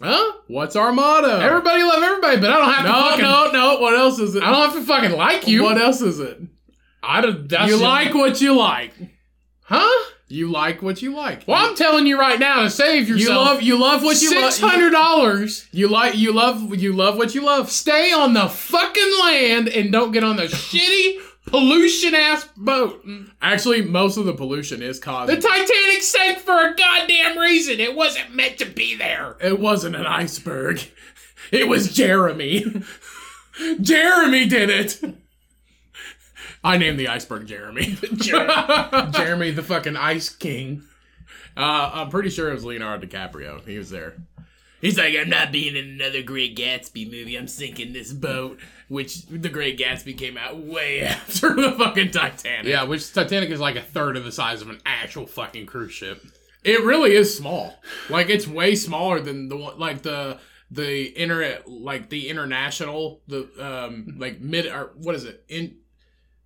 Huh?
What's our motto?
Everybody love everybody, but I don't have to
no,
fucking.
no, no. What else is it?
I don't have to fucking like you.
What else is it?
I don't. That's
you like what you like.
Huh?
You like what you like.
Well, I'm telling you right now to save
you
yourself.
love you love what you love.
six hundred dollars.
You like you love you love what you love.
Stay on the fucking land and don't get on the shitty pollution ass boat.
Actually, most of the pollution is caused.
The Titanic sank for a goddamn reason. It wasn't meant to be there.
it wasn't an iceberg. It was Jeremy. Jeremy did it. I named the iceberg Jeremy.
Jeremy. Jeremy, the fucking ice king.
Uh, I'm pretty sure it was Leonardo DiCaprio. He was there.
He's like, I'm not being in another Great Gatsby movie. I'm sinking this boat, which The Great Gatsby came out way after the fucking Titanic.
Yeah, which Titanic is like a third of the size of an actual fucking cruise ship.
It really is small. Like it's way smaller than the one, like the the inter like the international the um like mid or what is it in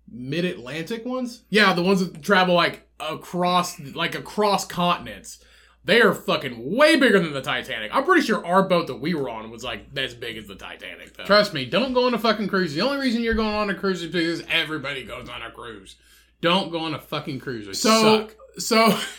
mid Atlantic ones? Yeah, the ones that travel like across like across continents. They are fucking way bigger than the Titanic. I'm pretty sure our boat that we were on was like as big as the Titanic. Though.
Trust me, don't go on a fucking cruise. The only reason you're going on a cruise is because everybody goes on a cruise. Don't go on a fucking cruise. They
So
suck.
so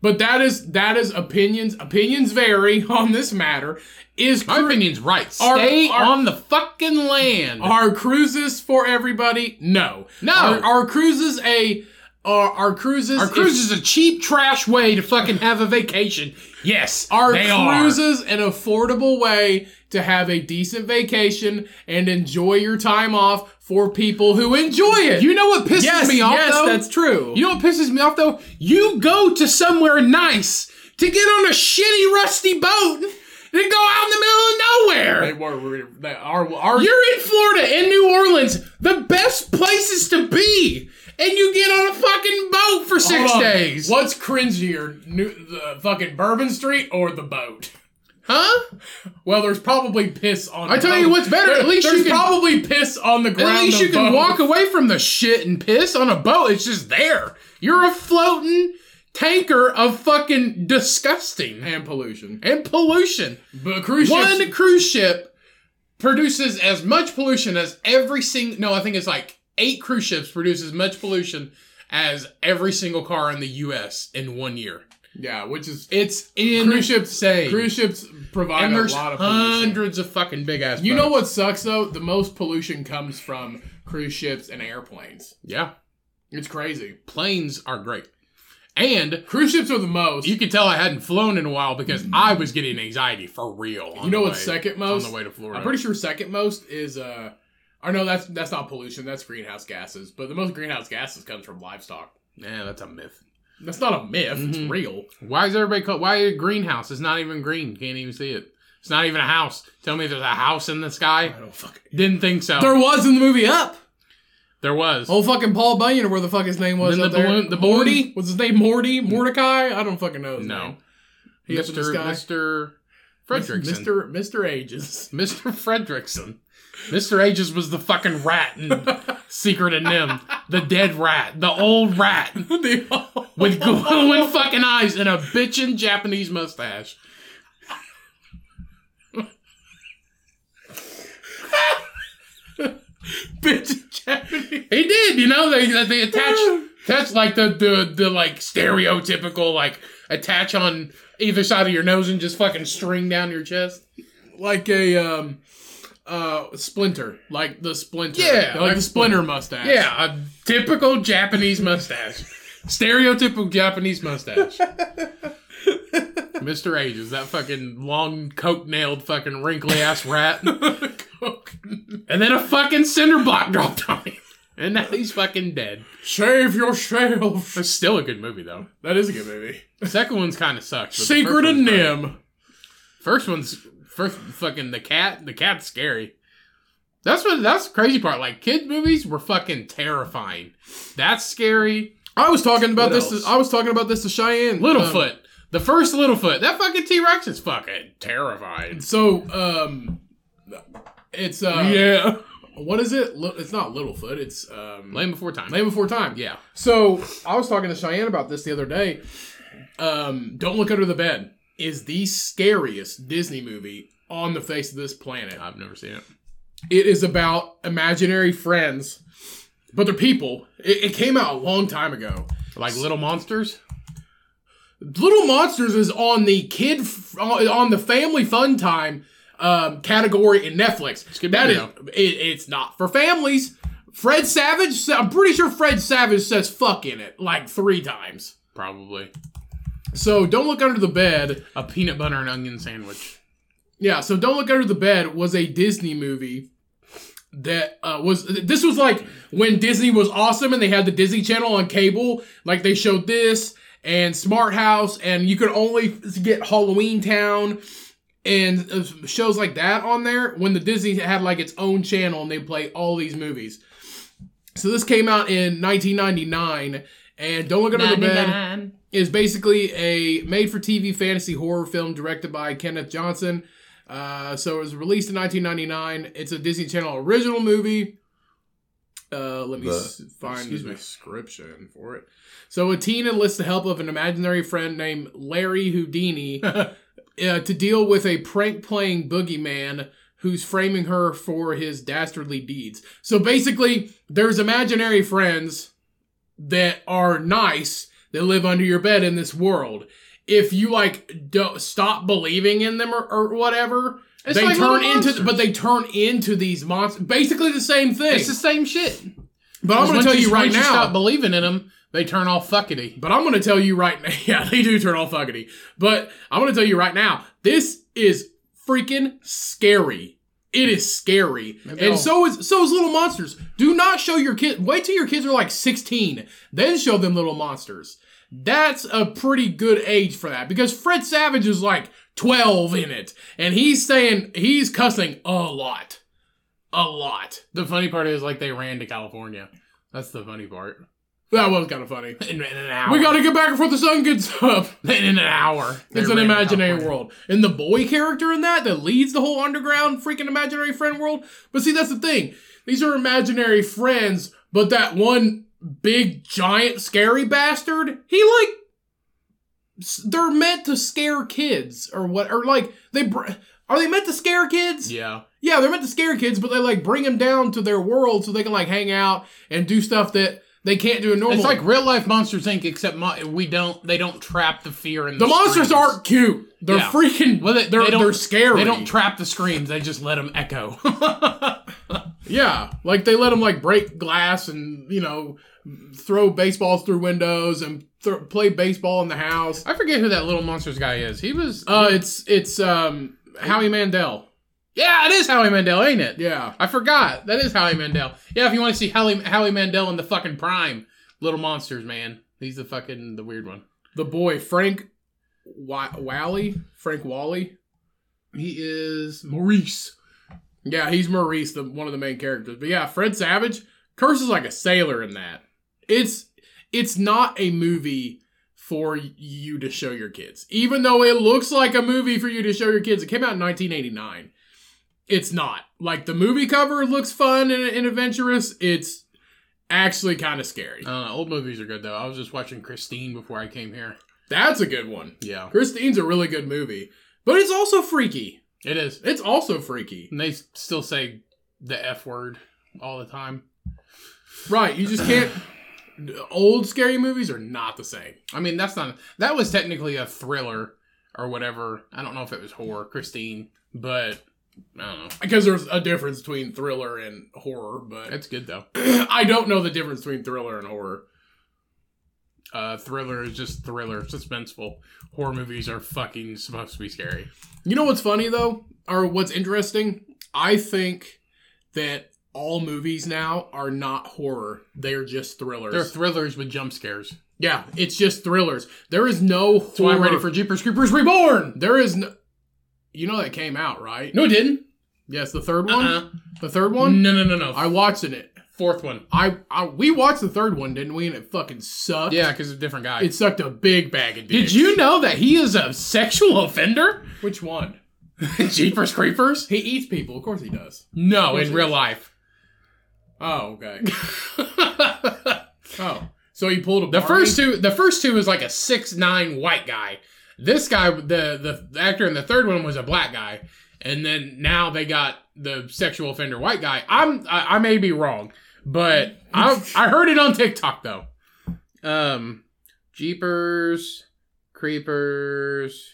but that is that is opinions opinions vary on this matter. Is
My opinion's right.
Our-
Stay
our-
on the fucking land.
Are cruises for everybody? No.
No.
Are, are cruises a are, are cruises
Our cruise is a cheap trash way to fucking have a vacation. Yes,
are
they
cruises an affordable way to have a decent vacation and enjoy your time off for people who enjoy it?
You know what pisses
yes,
me off
yes,
though?
that's true.
You know what pisses me off though? You go to somewhere nice to get on a shitty rusty boat and go out in the middle of nowhere.
they were, were they are are
You're in Florida, in New Orleans, the best places to be, and you get on a fucking boat for six
Hold on.
days.
What's cringier, new, the fucking Bourbon Street or the boat?
Huh?
Well, there's probably piss on.
I
the
tell
boat.
you what's better,
There-
at least you
there's
can-
probably piss on the ground.
At least you
of
can
boat.
walk away from the shit and piss on a boat. It's just there. You're a floating tanker of fucking disgusting
and pollution.
and pollution.
But cruise ships,
One cruise ship produces as much pollution as every single. No, I think it's like eight cruise ships produce as much pollution as every single car in the U.S. in one year.
yeah, which is
It's in
Cruise ships-
say
cruise ships provide
and
a
there's
lot of pollution.
hundreds of fucking big ass.
You know
boats.
what sucks though? The most pollution comes from cruise ships and airplanes.
Yeah,
It's crazy.
planes are great, and
Cruise ships are the most.
you could tell I hadn't flown in a while because I was getting anxiety for real. on
You know
the
what's
way-
second
on
most?
the way to Florida?
I'm pretty sure second most is uh or no, that's that's not pollution, that's greenhouse gases. But the most greenhouse gases comes from livestock.
yeah, that's a myth.
That's not a myth, it's
Mhm.
real.
Why is everybody called? Why a greenhouse? It's not even green. Can't even see it. It's not even a house. Tell me there's a house in the sky.
don't fucking
Didn't think so.
There Oh, was in the movie Up.
There was.
Old fucking Paul Bunyan or where the fuck his name was.
Then
up
the
there.
balloon- the
Morty?
balloon-
Was his name Morty? Mordecai? I don't fucking know his name.
no,
He up in the
Mister
sky.
Mister Fredrickson.
Mr. Mr. Ages.
Mr. Fredrickson. Mr. Ages was the fucking rat in Secret of Nim. The dead rat. The old rat. With glowing fucking eyes and a bitchin' Japanese mustache.
bitch Japanese.
He did, you know, they they attach that's like the, the the like stereotypical like attach on either side of your nose and just fucking string down your chest.
Like a um uh splinter. Like the splinter.
Yeah,
Like,
like
the splinter mustache.
Yeah, a typical Japanese mustache. Stereotypical Japanese mustache. Mr. Ages, that fucking long, coke nailed, fucking wrinkly ass rat. and then a fucking cinder block dropped on him. And now he's fucking dead.
Shave yourself.
It's still a good movie, though.
That is a good movie.
The second one's kind of sucks. but the
Secret
first
of
one's great.
Nim.
First one's first fucking the cat. The cat's scary. That's what that's the crazy part. Like kid movies were fucking terrifying. That's scary.
I was talking about
What
this. To,
else?
I was talking about this to Cheyenne. Um,
Littlefoot, the first Littlefoot, that fucking T Rex is fucking terrifying.
So, um, it's uh,
yeah,
What is it? Li- It's not Littlefoot. It's um,
Land Before Time.
Land Before Time.
yeah,
So I was talking to Cheyenne about this the other day. Um, Don't look under the bed is the scariest Disney movie on the face of this planet.
I've never seen it.
It is about imaginary friends, but they're people. It, it came out a long time ago.
Like Little Monsters.
Little Monsters is on the kid f- on the Family Fun Time um, category in Netflix.
good
That is,
video.
it, it's not for families. Fred Savage, sa- I'm pretty sure Fred Savage says "fuck" in it like three times.
Probably.
So don't look under the bed.
A peanut butter and onion sandwich.
Yeah, so don't look under the bed was a Disney movie that uh, was this was like when Disney was awesome and they had the Disney Channel on cable. Like they showed this and Smart House, and you could only get Halloween Town and uh, shows like that on there when the Disney had like its own channel and they play all these movies. So this came out in 1999, and don't look under the bed is basically a made-for-TV fantasy horror film directed by Kenneth Johnson. Uh, so it was released in 1999. It's a Disney Channel original movie. Uh, let me
The-
s- find the
excuse me.
description for it. So a teen enlists the help of an imaginary friend named Larry Houdini uh, to deal with a prank-playing boogeyman who's framing her for his dastardly deeds. So basically, there's imaginary friends that are nice that live under your bed in this world. If you like don't stop believing in them or, or whatever,
It's
they
like
turn
little
into
monsters.
but they turn into these monsters. Basically the same thing.
It's the same shit.
but I'm going
Once
to tell you right
once You
now.
stop believing in them, they turn all fuckety.
but I'm going to tell you right now. Yeah, they do turn all fuckity. But I'm going to tell you right now. This is freaking scary. It is scary.
Maybe
and
I'll-
so is so is Little Monsters. Do not show your kid wait till your kids are like 16, then show them Little Monsters. That's a pretty good age for that because Fred Savage is like 12 in it and he's saying he's cussing a lot. A lot.
The funny part is, like, they ran to California. That's the funny part.
That was kind of funny.
In, in an hour.
We got to get back before the sun gets up.
in an hour. they
It's an
ran to
imaginary
California.
world. And the boy character in that, that leads the whole underground freaking imaginary friend world. But see, that's the thing. These are imaginary friends, but that one big, giant, scary bastard, he like. s- They're meant to scare kids or what? Or like, they. Br- are they meant to scare kids?
Yeah.
Yeah, they're meant to scare kids, but they like bring them down to their world so they can like hang out and do stuff that they can't do in normal.
It's like real life Monsters Inc. Except mo- we don't. They don't trap the fear in the.
the monsters
screams.
aren't cute. They're
Yeah.
freaking.
Well, they,
they're,
they don't,
they're scary.
They don't trap the screams. They just let them echo.
Yeah, like they let them like break glass and you know throw baseballs through windows and th- play baseball in the house.
I forget who that little monsters guy is. He was.
Uh, it's it's um Howie Mandel.
yeah, it is Howie Mandel, ain't it?
Yeah,
I forgot. That is Howie Mandel. Yeah, if you want to see Howie, Howie Mandel in the fucking prime, Little Monsters, man. He's the fucking the weird one.
the boy Frank Wa- Wally, Frank Wally.
He is Maurice.
Yeah, he's Maurice, the one of the main characters. But yeah, Fred Savage curses like a sailor in that. It's it's not a movie for you to show your kids. Even though it looks like a movie for you to show your kids. It came out in 1989. It's not. Like the movie cover looks fun and, and adventurous. It's actually kind of scary.
Uh, old movies are good though. I was just watching Christine before I came here.
That's a good one.
Yeah,
Christine's a really good movie, but it's also freaky.
it is.
It's also freaky.
And they s- still say the f word all the time.
Right, you just can't old scary movies are not the same.
I mean, that's not that was technically a thriller or whatever. I don't know if it was horror, Christine, but I don't know.
because there's a difference between thriller and horror, but
It's good though.
I don't know the difference between thriller and horror.
Uh, thriller is just thriller, suspenseful. Horror movies are fucking supposed to be scary.
You know what's funny though, or what's interesting? I think that all movies now are not horror; they're just thrillers.
They're thrillers with jump scares.
yeah, it's just thrillers. There is no horror.
That's why I'm ready for Jeepers Creepers Reborn.
There is no. You know that came out right?
No, it didn't.
Yes, the third one.
Uh-uh.
The third
No,
one.
no, no, no.
I watched it.
fourth one.
I, I we watched the third one, didn't we? And it fucking sucked.
Yeah, because it's a different guy.
It sucked a big bag of
Did
dicks.
you know that he is a sexual offender?
Which one?
Jeepers creepers?
He eats people. Of course he does.
No, in real life.
Oh, okay.
the
Oh, so he pulled a. Barney?
first two, the first two is like a six nine white guy. This guy, the the actor in the third one was a black guy, and then now they got the sexual offender white guy. I'm I, I may be wrong, but I I heard it on TikTok though. Um, Jeepers creepers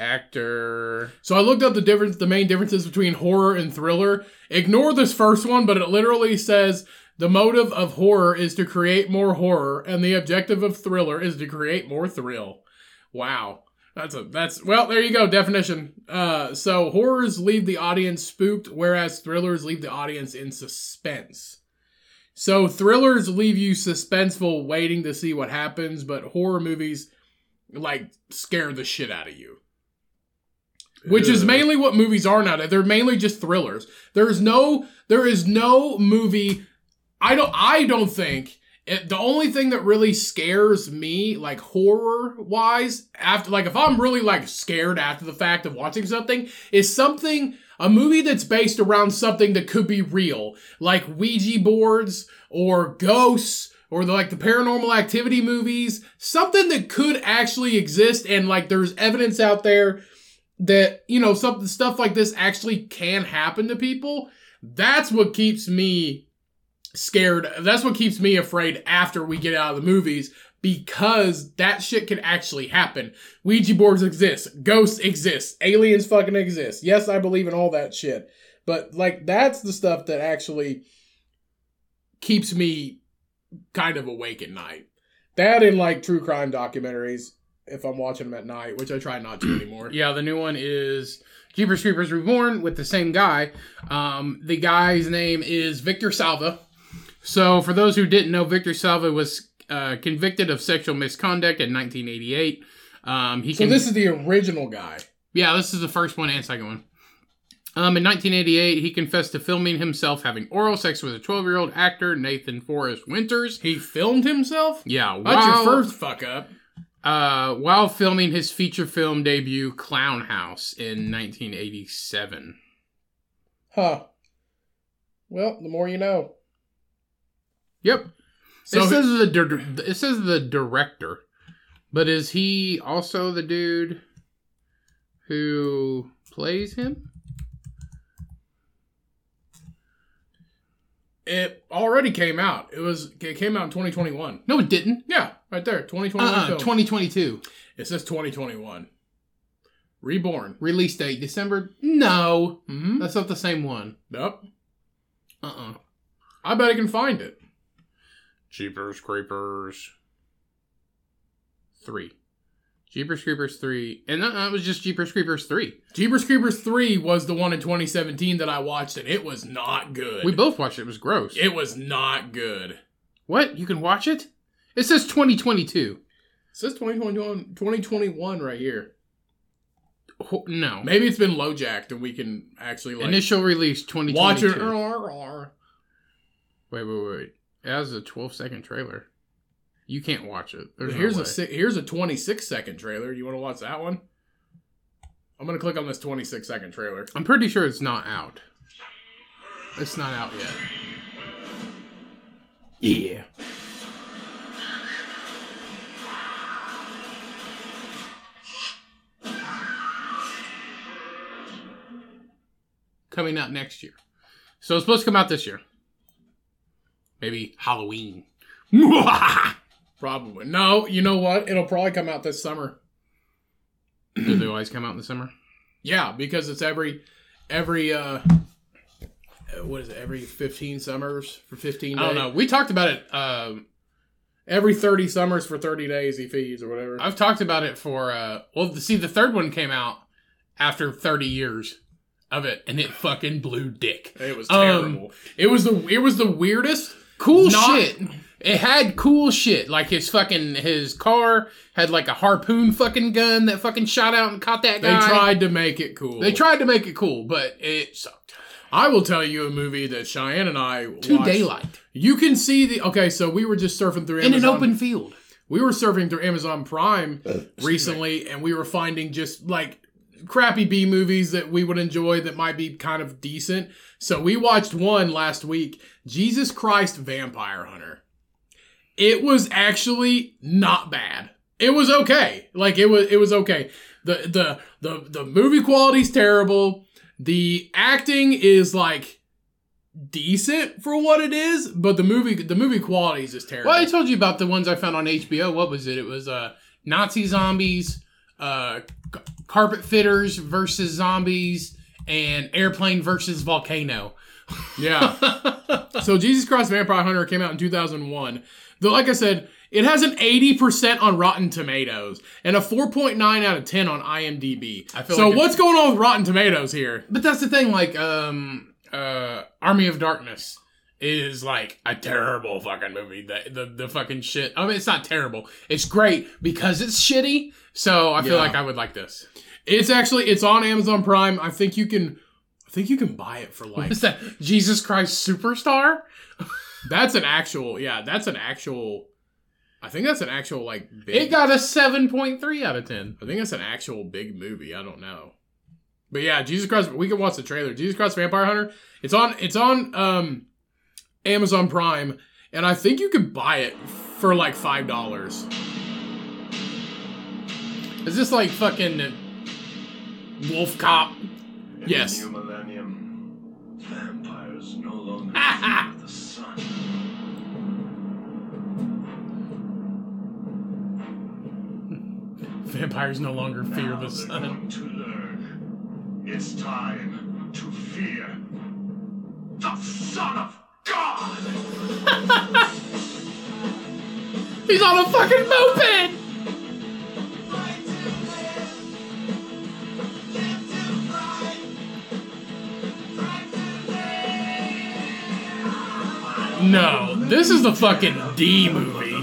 actor.
So I looked up the difference, the main differences between horror and thriller. Ignore this first one, but it literally says the motive of horror is to create more horror, and the objective of thriller is to create more thrill. Wow, that's a that's well, there you go definition. Uh, so horrors leave the audience spooked, whereas thrillers leave the audience in suspense. So thrillers leave you suspenseful, waiting to see what happens, but horror movies like scare the shit out of you which is
Ugh.
mainly what movies are now. They're mainly just thrillers. There is no there is no movie I don't I don't think it, the only thing that really scares me like horror wise after like if I'm really like scared after the fact of watching something is something a movie that's based around something that could be real like Ouija boards or ghosts or the, like the paranormal activity movies something that could actually exist and like there's evidence out there that you know something stuff like this actually can happen to people that's what keeps me scared that's what keeps me afraid after we get out of the movies because that shit can actually happen ouija boards exist ghosts exist aliens fucking exist yes i believe in all that shit but like that's the stuff that actually keeps me kind of awake at night that and like true crime documentaries if i'm watching them at night which i try not to anymore
Yeah, the new one is Jeepers Creepers Reborn with the same guy. Um, the guy's name is Victor Salva. So, for those who didn't know, Victor Salva was uh, convicted of sexual misconduct in 1988. Um, he
So
can,
this is the original guy.
yeah, this is the first one and second one. Um, in 1988, he confessed to filming himself having oral sex with a 12-year-old actor Nathan Forrest Winters.
He filmed himself?
Yeah, wow.
That's your first fuck up.
uh, while filming his feature film debut, Clown House, in 1987.
Huh. Well, the more you know.
Yep.
So
it says the dir- it says the director, but is he also the dude who plays him?
it already came out. It was it came out in 2021.
No, it didn't.
Yeah, right there. 2021
Uh,
film.
2022
it says 2021. Reborn.
release date December. No,
Mm-hmm.
that's not the same one.
Yep.
Uh uh
I bet I can find it.
Jeepers Creepers three. Jeepers Creepers three, and uh, it was just Jeepers Creepers three.
Jeepers Creepers 3 was the one in 2017 that I watched and it was not good.
We both watched it. It was gross.
it was not good. It
what? You can watch it? It says 2022.
says 2021 2021 right here.
Ho- no.
Maybe it's been low jacked and we can actually like
Initial release 2022.
watch it.
Wait, wait, wait. That was a 12 second trailer. You can't watch it. There's
here's
no
a si- here's a 26 second trailer. You want to watch that one? I'm gonna click on this 26 second trailer.
I'm pretty sure it's not out. It's not out yet.
Yeah.
Coming out next year. So it's supposed to come out this year. Maybe Halloween. Do
Probably. No, you know what? It'll probably come out this summer.
they always come out in the summer?
Yeah, because it's every every uh what is it? Every 15 summers for 15
I don't know. We talked about it. Um,
Every 30 summers for 30 days he feeds or whatever.
I've talked about it for. Uh, well, see, the third one came out after 30 years of it, and it fucking blew dick.
it was
Um,
terrible. it was the it was the weirdest
cool
Not-
shit. It had cool shit. Like his fucking his car had like a harpoon fucking gun that fucking shot out and caught that
they
guy.
tried to make it cool.
They tried to make it cool, but it sucked. I will tell you a movie that Cheyenne and I
to
watched.
daylight
You can see the okay. So we were just surfing through
in an
Amazon-
open field.
We were surfing through Amazon Prime recently, and we were finding just like crappy B movies that we would enjoy that might be kind of decent. So we watched one last week, Jesus Christ Vampire Hunter. It was actually not bad. It was okay. Like it was it was okay. The the the the movie quality's terrible. The acting is like decent for what it is, but the movie the movie quality is just terrible.
Well, I told you about the ones I found on HBO. What was it? It was uh, Nazi zombies, uh, c- carpet fitters versus zombies, and airplane versus volcano.
Yeah. so Jesus Christ Vampire Hunter came out in 2001. Though, like I said, it has an 80% on Rotten Tomatoes and a 4.9 out of 10 on IMDb.
I feel
so
like it-
what's going on with Rotten Tomatoes here?
But that's the thing, like um uh Army of Darkness is like a terrible fucking movie. The the, the fucking shit. I mean it's not terrible. It's great because it's shitty. So I feel
Yeah.
like I would like this.
It's actually it's on Amazon Prime. I think you can I think you can buy it for like
Is that Jesus Christ Superstar?
that's an actual yeah, that's an actual I think that's an actual like big
It got a seven point three out of ten.
I think that's an actual big movie. I don't know. But yeah, Jesus Christ, we can watch the trailer. Jesus Christ Vampire Hunter. It's on it's on um Amazon Prime and I think you could buy it for like $5.
Is this like fucking Wolf Cop?
In
Yes.
the new millennium, vampires no longer fear the sun.
Vampires no longer fear
Now
the
they're
Uh-huh.
sun.
going to learn. It's time to fear the Son of God.
He's on a fucking moped! No, this is the fucking D movie.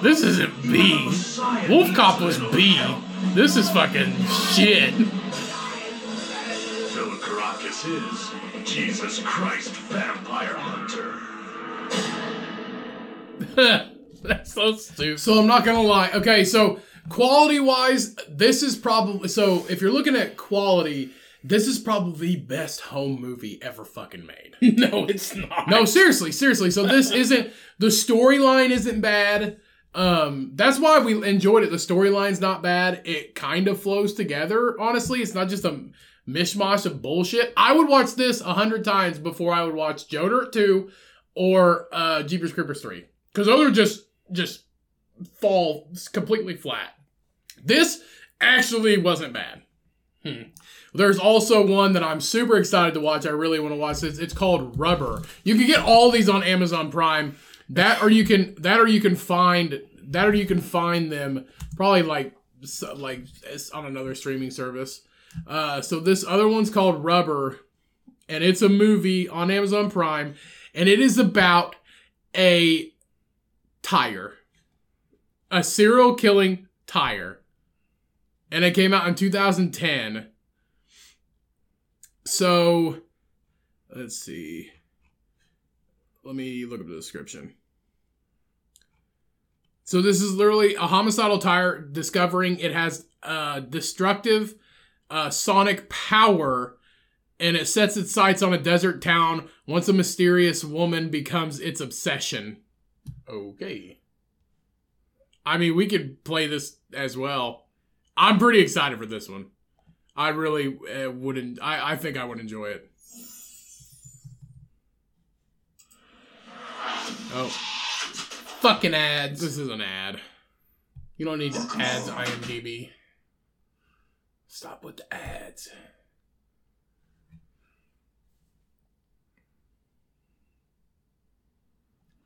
This isn't B. Wolf Cop was B. This is fucking shit.
Phil Caracas is Jesus Christ, vampire hunter.
That's so stupid.
So I'm not going to lie. Okay, so quality wise, this is probably so if you're looking at quality, this is probably the best home movie ever fucking made.
No, it's not.
No, seriously, seriously. So this isn't the storyline isn't bad. Um, that's why we enjoyed it. The storyline's not bad. It kind of flows together. Honestly, it's not just a mishmash of bullshit. I would watch this a hundred times before I would watch Joe Dirt two or uh, Jeepers Creepers three because those are just just fall completely flat. This actually wasn't bad. Hmm. There's also one that I'm super excited to watch. I really want to watch this. It's called Rubber. You can get all these on Amazon Prime. That or you can that or you can find that or you can find them probably like s- like s- on another streaming service. Uh, so this other one's called Rubber, and it's a movie on Amazon Prime, and it is about a tire, a serial killing tire, and it came out in 2010. So, let's see. Let me look up the description. So this is literally a homicidal tire discovering it has uh, destructive uh, sonic power, and it sets its sights on a desert town once a mysterious woman becomes its obsession.
Okay.
I mean, we could play this as well. I'm pretty excited for this one. I really uh, wouldn't. I, I think I would enjoy it. Oh,
Fucking ads.
this is an ad.
You don't need ads, IMDb. Stop with the ads.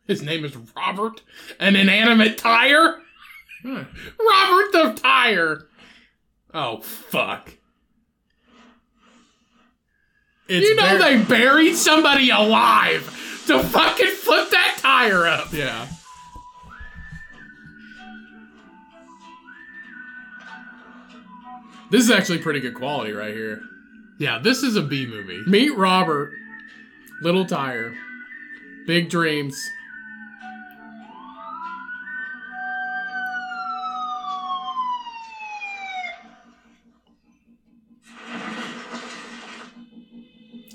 His name is Robert, an inanimate tire?
Huh.
Robert the Tire! Oh, fuck.
It's
you know
ver-
they buried somebody alive to fucking flip that tire up.
Yeah. This is actually pretty good quality right here. Yeah, this is a B movie.
Meet Robert, Little Tire, Big Dreams.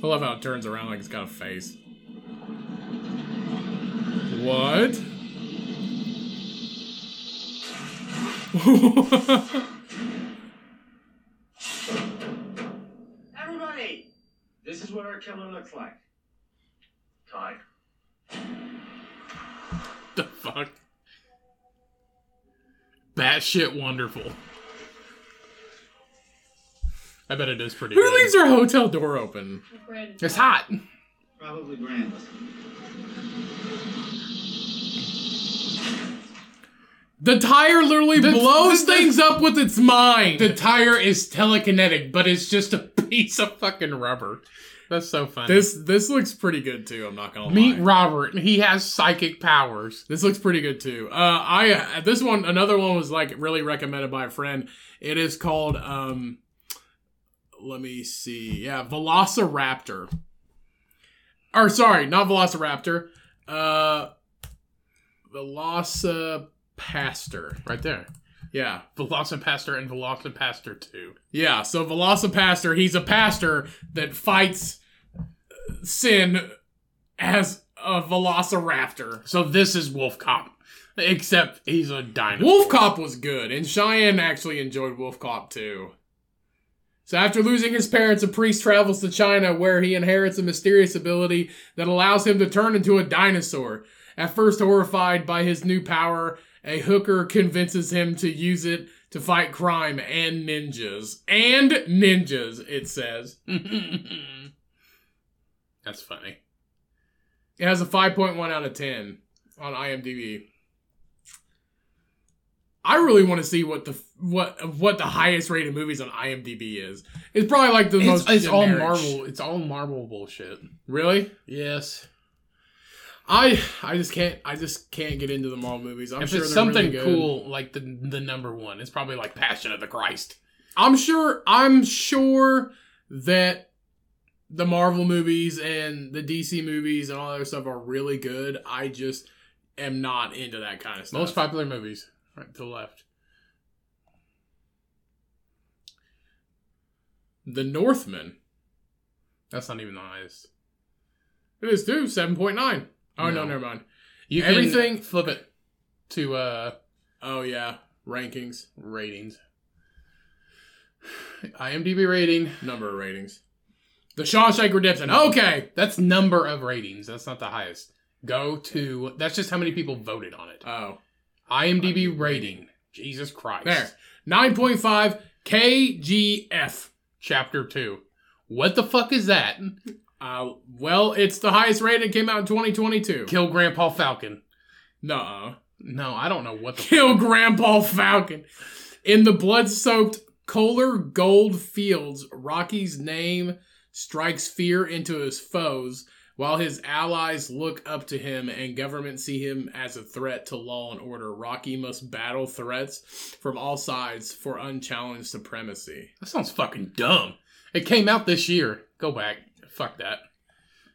I love how it turns around like it's got a face. What?
Everybody, this is what our killer looks like.
Time.
the fuck? Batshit wonderful. I bet it is pretty
Who
good.
leaves their hotel door open?
It's hot.
Probably Grant.
The tire literally
The-
blows
the-
things up with its mind.
The tire is telekinetic, but it's just a piece of fucking rubber. That's so funny.
this this looks pretty good too. I'm not gonna
Meet
lie.
Robert. He has psychic powers.
This looks pretty good too. Uh, I uh, this one another one was like really recommended by a friend. It is called um, let me see, yeah, Velociraptor. Or sorry, not Velociraptor. Uh, Velocipaster.
Right there.
Yeah,
Velocipaster and Velocipaster 2.
yeah. So Velocipaster, he's a pastor that fights sin as a Velociraptor.
So this is Wolf Cop. Except he's a dinosaur.
Wolf Cop was good, and Cheyenne actually enjoyed Wolf Cop too. So, after losing his parents, a priest travels to China where he inherits a mysterious ability that allows him to turn into a dinosaur. At first horrified by his new power, a hooker convinces him to use it to fight crime and ninjas. And ninjas, it says.
That's funny.
It has a 5.1 out of 10 on IMDb. I really want to see what the what what the highest rated movies on IMDb is. It's probably like the
It's,
most.
it's all
generic
Marvel. It's all Marvel bullshit.
Really?
Yes.
I I just can't I just can't get into the Marvel movies. I'm
if
sure
it's
they're
something
really good.
cool like the the number one, it's probably like Passion of the Christ.
I'm sure I'm sure that the Marvel movies and the DC movies and all that other stuff are really good. I just am not into that kind of stuff.
Most popular movies, right to the left.
the Northman.
That's not even the highest.
It is too. Seven point nine. Oh no.
No.
never mind.
You can
Everything-
flip it to uh
Oh yeah, rankings,
ratings. IMDb rating.
number of ratings. The Shawshank Redemption. Okay.
That's number of ratings. That's not the highest. Go to. That's just how many people voted on it. Uh,
Oh,
IMDb rating. Jesus Christ.
there. Nine point five KGF.
Chapter two. What the fuck is that?
Uh, well, it's the highest rated. It came out in 2022.
Kill Grandpa Falcon.
Nuh-uh.
No, I don't know what the.
Kill Grandpa Falcon. In the blood-soaked Kohler Gold Fields, Rocky's name strikes fear into his foes, while his allies look up to him and government see him as a threat to law and order. Rocky must battle threats from all sides for unchallenged supremacy.
That sounds fucking dumb. It came out this year. Go back. Fuck that.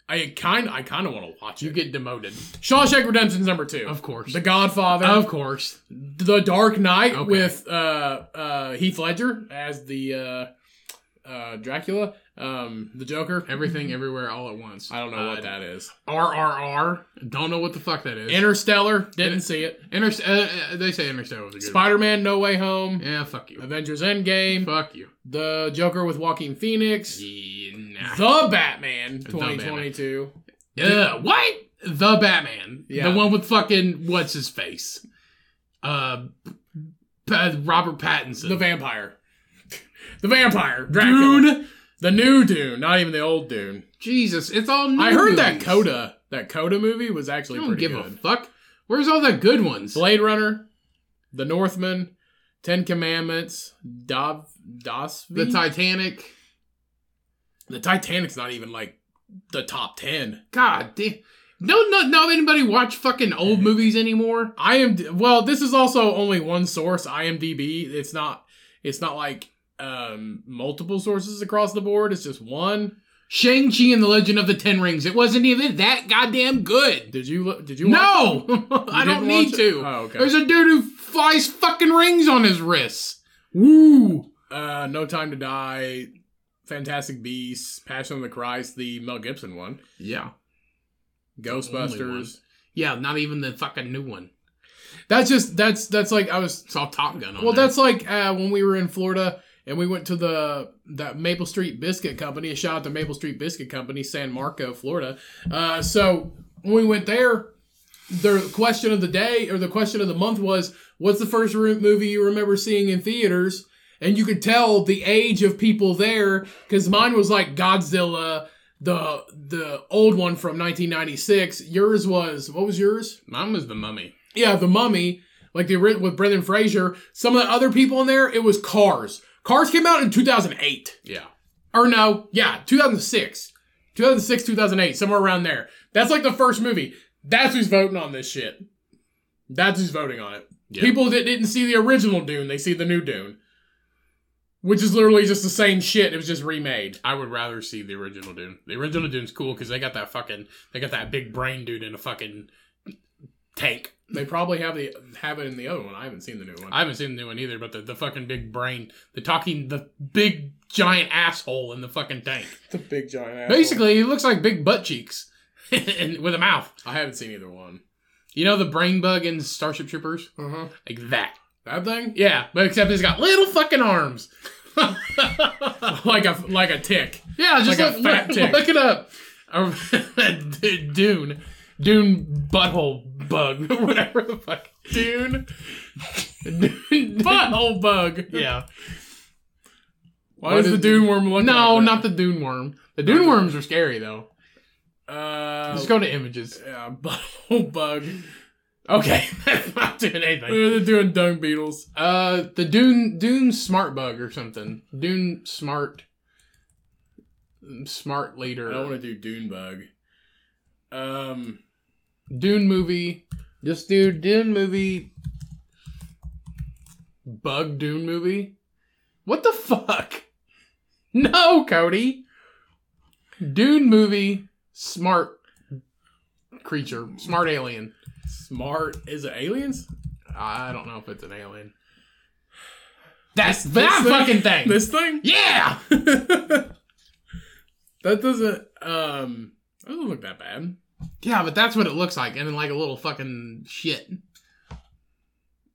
I kind I kind of want to watch
You
it.
get demoted.
Shawshank Redemption's number two.
Of course.
The Godfather.
of course.
The Dark Knight
Okay.
with uh, uh, Heath Ledger as the uh, uh, Dracula, um, the Joker.
Everything, everywhere, all at once.
I don't know what
Uh,
that is.
RRR. Don't know what the fuck that is.
Interstellar, didn't see it.
Inter- uh, uh, they say Interstellar was a good
Spider Man, No Way Home.
Yeah, fuck you.
Avengers Endgame.
Fuck you.
The Joker with Joaquin Phoenix.
Yeah, nah.
The Batman
The
2022.
Ugh, what? The Batman.
Yeah.
The one with fucking what's his face? Uh, P- Robert Pattinson.
The Vampire. the Vampire. Dracula.
Dune.
The new Dune, not even the old Dune.
Jesus, it's all. New
I heard that
movies.
Coda, that Coda movie was
I
actually
don't
pretty
give
good.
a fuck. Where's all the good ones?
Blade Runner, The Northman, Ten Commandments, Dav, Dasvi.
the Titanic.
the Titanic's not even like the top ten.
God damn. No, no, no. Anybody watch fucking old movies anymore?
I am well. This is also only one source, IMDb. It's not. It's not like um, multiple sources across the board. It's just one.
Shang-Chi and the Legend of the Ten Rings. It wasn't even that goddamn good.
Did you lo- did you watch-
No! I
You
don't
didn't
need
watch it?
to.
Oh, okay.
There's a dude who flies fucking rings on his wrists. Woo!
uh, No Time to Die, Fantastic Beasts, Passion of the Christ, the Mel Gibson one,
Yeah.
Ghostbusters.
Yeah, not even the fucking new one.
That's just that's that's like I was.
It's all Top Gun on
Well,
there.
that's like uh, when we were in Florida and we went to the that Maple Street Biscuit Company. A shout out to Maple Street Biscuit Company, San Marco, Florida. Uh, so when we went there, the question of the day or the question of the month was, "What's the first ro- movie you remember seeing in theaters?" And you could tell the age of people there because mine was like Godzilla. The the old one from 1996. Yours was what was yours?
Mine was The Mummy.
Yeah, the Mummy, like the ori- with Brendan Fraser. Some of the other people in there, it was Cars. Cars came out in 2008,
Yeah.
or no, yeah, 2006, 2006, 2008, somewhere around there. That's like the first movie. That's who's voting on this shit. That's who's voting on it.
Yeah.
People that didn't see the original Dune, they see the new Dune, which is literally just the same shit. It was just remade.
I would rather see the original Dune. The original Dune's cool because they got that fucking they got that big brain dude in a fucking tank.
They probably have the have it in the other one. I haven't seen the new one.
I haven't seen the new one either, but the, the fucking big brain, the talking, the big giant asshole in the fucking tank.
the big giant. Asshole.
Basically, he looks like big butt cheeks and with a mouth.
I haven't seen either one.
You know the brain bug in Starship Troopers,
Uh-huh.
like that.
That thing.
Yeah, but except it's got little fucking arms.
like a like a tick.
Yeah, just
Like a
look,
fat
look-
tick.
look it up. Or- D- Dune. Dune butthole bug. Whatever the fuck. Dune. Dune.
Butthole bug.
Yeah.
Why does the dune worm look?
No,
like
not the dune worm. The dune
Okay.
worms are scary though.
that? Uh,
Just go to images.
yeah, butthole bug.
Okay, that's not doing anything.
They're doing dung beetles.
Uh, the dune dune smart bug or something. Dune smart. Smart
I don't
leader.
want to do dune bug. Um,
Dune movie. Just do Dune movie. Bug Dune movie. What the fuck? No, Cody. Dune movie. Smart creature. Smart alien.
smart is it aliens?
I don't know if it's an alien. That's
This
that
thing?
fucking thing.
This thing?
yeah.
that doesn't um. That doesn't look that bad.
Yeah, but that's what it looks like, and in like a little fucking shit.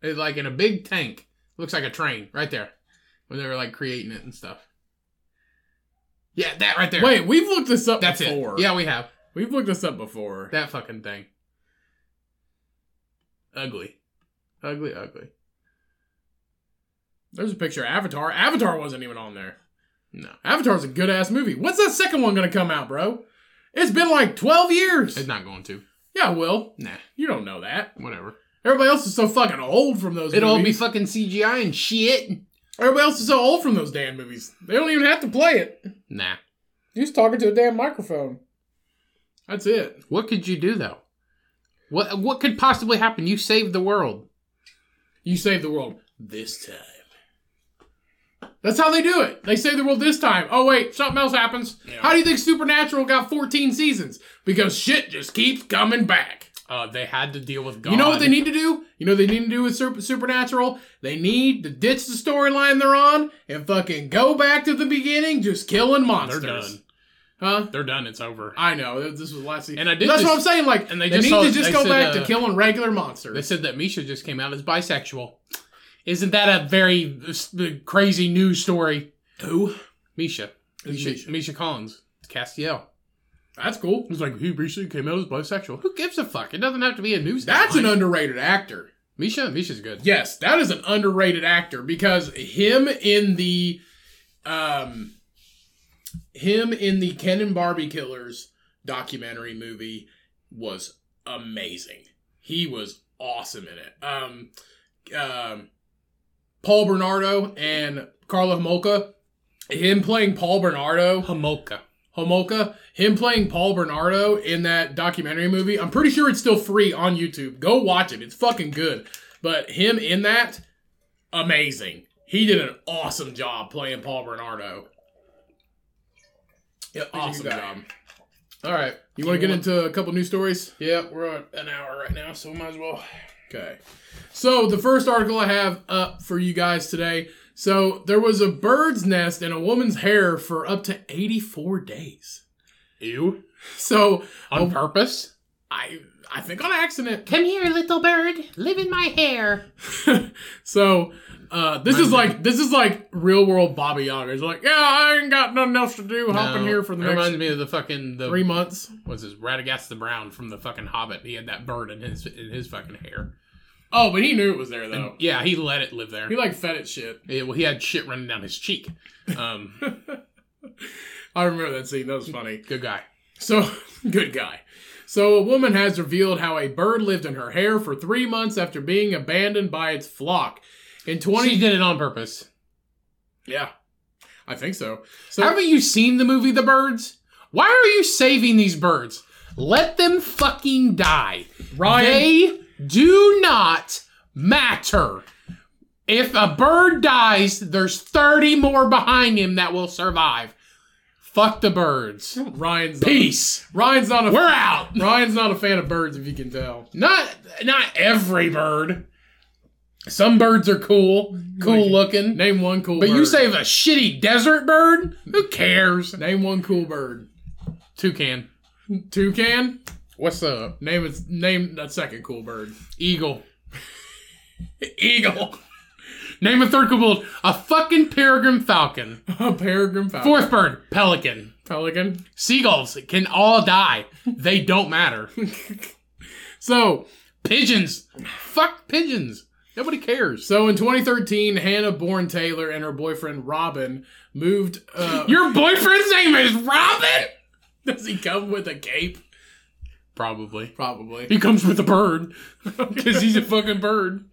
It's like in a big tank. Looks like a train right there when they were like creating it and stuff. Yeah, that right there.
Wait, we've looked this up
that's
before.
it. Yeah, we have
we've looked this up before.
that fucking thing. Ugly, ugly, ugly.
There's a picture of Avatar. Avatar wasn't even on there.
No,
Avatar's a good ass movie. When's that second one gonna come out, bro? It's been like 12 years.
it's not going to.
yeah, Will.
Nah,
You don't know that.
whatever.
Everybody else is so fucking old from those
It'll all be
movies.
fucking CGI and shit.
Everybody else is so old from those damn movies. They don't even have to play it.
Nah.
You're just talking to a damn microphone. That's it.
What could you do though? What what could possibly happen? You saved the world.
You save the world this time. That's how they do it. They save the world this time. Oh, wait, something else happens. How do you think Supernatural got 14 seasons? Because shit just keeps coming back.
Uh, they had to deal with God.
You know what they need to do? You know what they need to do with Sup- Supernatural? They need to ditch the storyline they're on and fucking go back to the beginning, just killing monsters.
done.
Huh?
They're done. It's over.
I know th- this was last season,
And I did
That's
just-
what I'm saying. Like,
and
they,
they just
need
saw-
to just
they
go
said,
back to
uh,
killing regular
They
monsters.
said that Misha just came out as bisexual. Isn't that a very uh, crazy news story?
Who?
Misha.
Who's
Misha,
Misha?
Misha. Collins. Castiel.
That's cool.
He's like, he recently came out as bisexual. Who gives a fuck? It doesn't have to be a news
That's an
headline.
underrated actor.
Misha? Misha's good.
Yes, that is an underrated actor because him in the, um, him in the Ken and Barbie Killers documentary movie was amazing. He was awesome in it. Um, um, Paul Bernardo and Carla Homolka, him playing Paul Bernardo,
Homolka.
Homolka, him playing Paul Bernardo in that documentary movie. I'm pretty sure it's still free on YouTube. Go watch it. It's fucking good. But him in that, amazing. He did an awesome job playing Paul Bernardo.
Yep,
Awesome job.
All right.
You want to get into a couple news stories?
Yeah, we're at an hour right now, so might as well.
Okay. So the first article I have up for you guys today. So there was a bird's nest in a woman's hair for up to 84 days.
You
So
on purpose?
I I think on accident.
Come here, little bird. Live in my hair.
So uh, this is like this is like real world Bobby Yaga. It's like, yeah, I ain't got nothing else to do. Hop in here for the
it
next
reminds me of the fucking the
three months.
was his Radagast the Brown from the fucking Hobbit. He had that bird in his in his fucking hair.
Oh, but he knew it was there though.
Yeah, he let it live there.
He like fed it shit.
Yeah, well, he had shit running down his cheek. Um,
I remember that scene. That was funny.
good guy.
So, good guy. So, a woman has revealed how a bird lived in her hair for three months after being abandoned by its flock. In 20.
She did it on purpose.
yeah. I think so. So,
Haven't you seen the movie The Birds? Why are you saving these birds? Let them fucking die.
Ryan.
They do not matter. If a bird dies, there's 30 more behind him that will survive. Fuck the birds.
Ryan's
Peace.
Ryan's not a
We're out.
Ryan's not a fan of birds, if you can tell.
Not not every bird. Some birds are cool, cool looking.
Name one cool.
But you
bird.
save a shitty desert bird? Who cares?
name one cool bird.
Toucan.
Toucan.
What's up?
Name is name that second cool bird.
Eagle.
Eagle.
Name a third cool bird. A fucking peregrine falcon.
a peregrine falcon.
Fourth bird, pelican.
pelican.
Seagulls can all die. They don't matter.
So
Pigeons. Fuck pigeons. Nobody cares.
so in 2013, Hannah Bourne Taylor and her boyfriend Robin moved. Uh,
Your boyfriend's name is Robin?
does he come with a cape?
Probably.
Probably.
He comes with a bird. Because he's a fucking bird.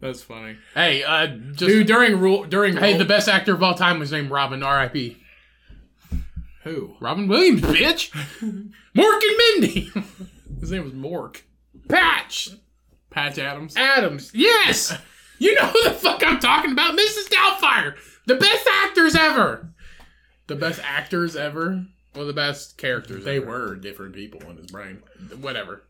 That's funny.
Hey, uh, just.
Dude, during rule during
hey,
Ro-
the best actor of all time was named Robin, R.I.P.
who
Robin Williams, bitch. Mork and Mindy.
his name was Mork
Patch.
Patch Adams.
Adams. Yes. You know who the fuck I'm talking about. Mrs. Doubtfire. The best actors ever.
The best actors ever.
Well, the best characters.
They
ever.
were different people in his brain.
Whatever.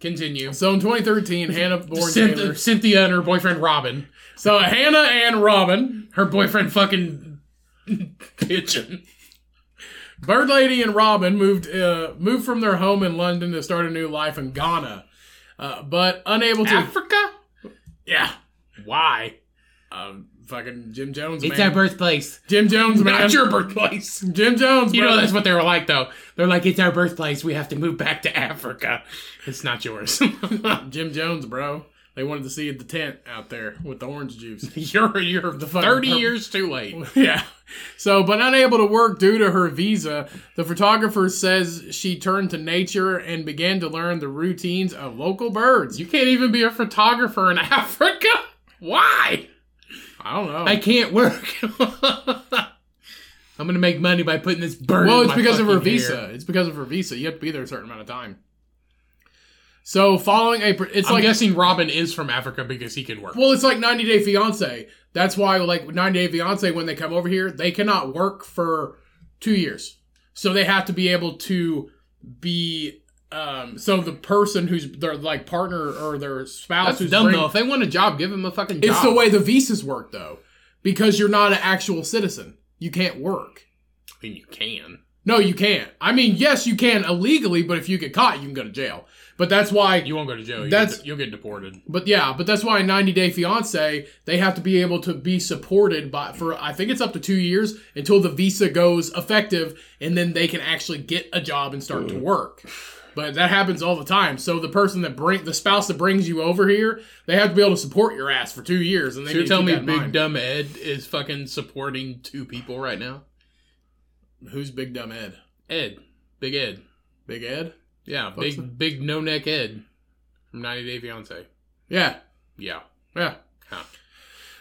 Continue.
So in 2013, Hannah Bourne Taylor.
Cynthia, Cynthia and her boyfriend Robin.
So Hannah and Robin,
Her boyfriend fucking pigeon.
Bird Lady and Robin moved uh, moved from their home in London to start a new life in Ghana, uh, but unable to.
Africa?
yeah,
Why?
um, fucking Jim Jones,
It's our
man.
birthplace.
Jim Jones, man.
Not your birthplace.
Jim Jones.
You
bro.
know that's what they were like though. They're like, it's our birthplace. We have to move back to Africa. It's not yours.
Jim Jones, bro. They wanted to see the tent out there with the orange juice.
you're you're
The fucking
thirty
purple-
years too late.
yeah. So, but unable to work due to her visa, the photographer says she turned to nature and began to learn the routines of local birds.
You can't even be a photographer in Africa. Why?
I don't know.
I can't work. I'm gonna make money by putting this bird.
Well,
in
it's
my
because of her
fucking hair.
visa. It's because of her visa. You have to be there a certain amount of time. So following a, pr- it's
I'm
like
guessing Robin is from Africa because he can work.
well, it's like 90 Day Fiance. That's why like 90 Day Fiance when they come over here, they cannot work for two years, so they have to be able to be. Um, so the person who's their like partner or their spouse
That's
who's
dumb
bring-
though. If they want a job, give him a fucking job.
it's the way the visas work though, because you're not an actual citizen. You can't work.
I mean, you can.
No, you can't. I mean, yes, you can illegally, but if you get caught, you can go to jail. But that's why
You won't go to jail. You'll
That's-
get- you'll get deported.
But yeah, but that's why in 90 Day Fiance, they have to be able to be supported by for I think it's up to two years until the visa goes effective, and then they can actually get a job and start to work. But that happens all the time. So the person that bring the spouse that brings you over here, they have to be able to support your ass for two years. And they
So you're
need to
telling
keep that
me
in
Big
mind.
Dumb Ed is fucking supporting two people right now?
who's Big Dumb Ed?
Ed, Big Ed,
Big Ed?
yeah,
What's
big big no neck Ed from 90 Day Fiance.
Yeah,
Yeah,
yeah.
Huh.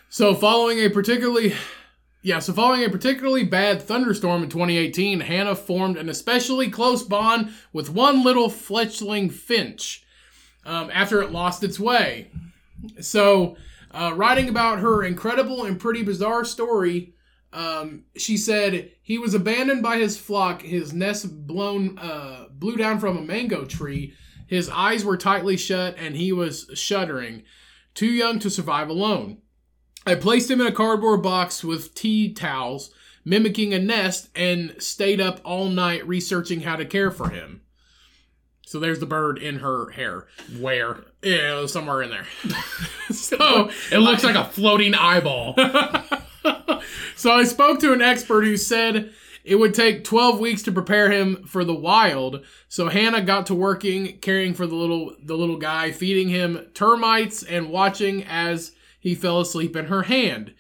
So following a particularly Yeah, so following a particularly bad thunderstorm in 2018, Hannah formed an especially close bond with one little fledgling finch um, after it lost its way. So
Uh, writing about her incredible and pretty bizarre story, um, she said he was abandoned by his flock, his nest blown uh, blew down from a mango tree. His eyes were tightly shut, and he was shuddering, too young to survive alone. I placed him in a cardboard box with tea towels, mimicking a nest, and stayed up all night researching how to care for him. So there's the bird in her hair.
Where?
Yeah, it was somewhere in there. so
It looks like a floating eyeball.
so I spoke to an expert who said it would take 12 weeks to prepare him for the wild. So Hannah got to working, caring for the little the little guy, feeding him termites and watching as he fell asleep in her hand.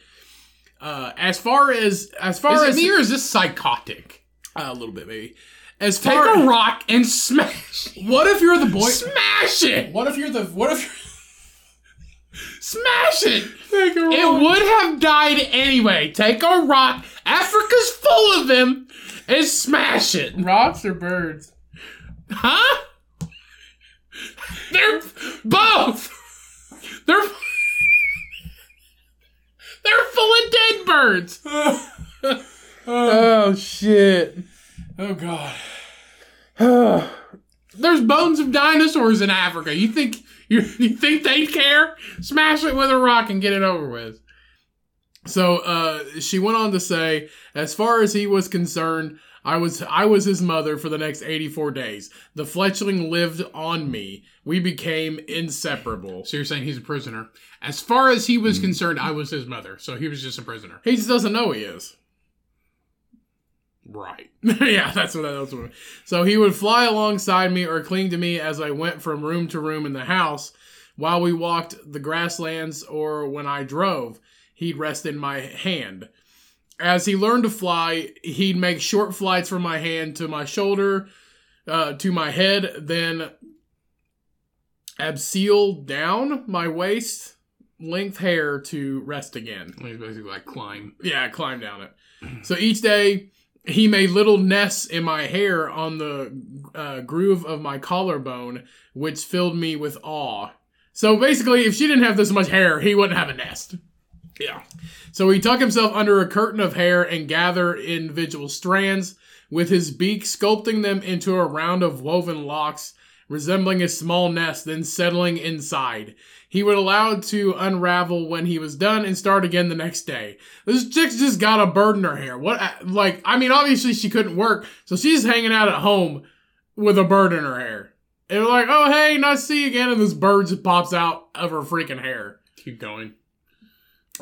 Uh, as far as as far
Is it
as
me or is this psychotic?
Uh, a little bit maybe. As
Take
far
a rock and smash
what if you're the boy?
Smash it!
What if you're the what if
Smash it!
you're the
It would have died anyway. Take a rock. Africa's full of them. And smash it.
rocks or birds?
Huh? They're both. They're They're full of dead birds.
oh shit! Oh god!
There's bones of dinosaurs in Africa. You think you, you think they care? Smash it with a rock and get it over with.
So uh, she went on to say, as far as he was concerned, I was I was his mother for the next 84 days. The fledgling lived on me. We became inseparable. Hmm.
So you're saying he's a prisoner. As far as he was concerned, I was his mother, so he was just a prisoner.
He just doesn't know he is.
Right.
yeah, that's what that's what. So he would fly alongside me or cling to me as I went from room to room in the house, while we walked the grasslands or when I drove. He'd rest in my hand. As he learned to fly, he'd make short flights from my hand to my shoulder, uh, to my head, then abseil down my waist length hair to rest again.
He's basically like climb.
Yeah, I climbed down it. So each day, he made little nests in my hair on the uh, groove of my collarbone, which filled me with awe. So basically, if she didn't have this much hair, he wouldn't have a nest. Yeah. So he tucked himself under a curtain of hair and gathered individual strands with his beak, sculpting them into a round of woven locks resembling a small nest, then settling inside. He would allow it to unravel when he was done and start again the next day. This chick's just got a bird in her hair. What, uh, like, I mean, obviously she couldn't work, so she's hanging out at home with a bird in her hair. And we're like, oh, hey, nice to see you again. And this bird just pops out of her freaking hair.
Keep going.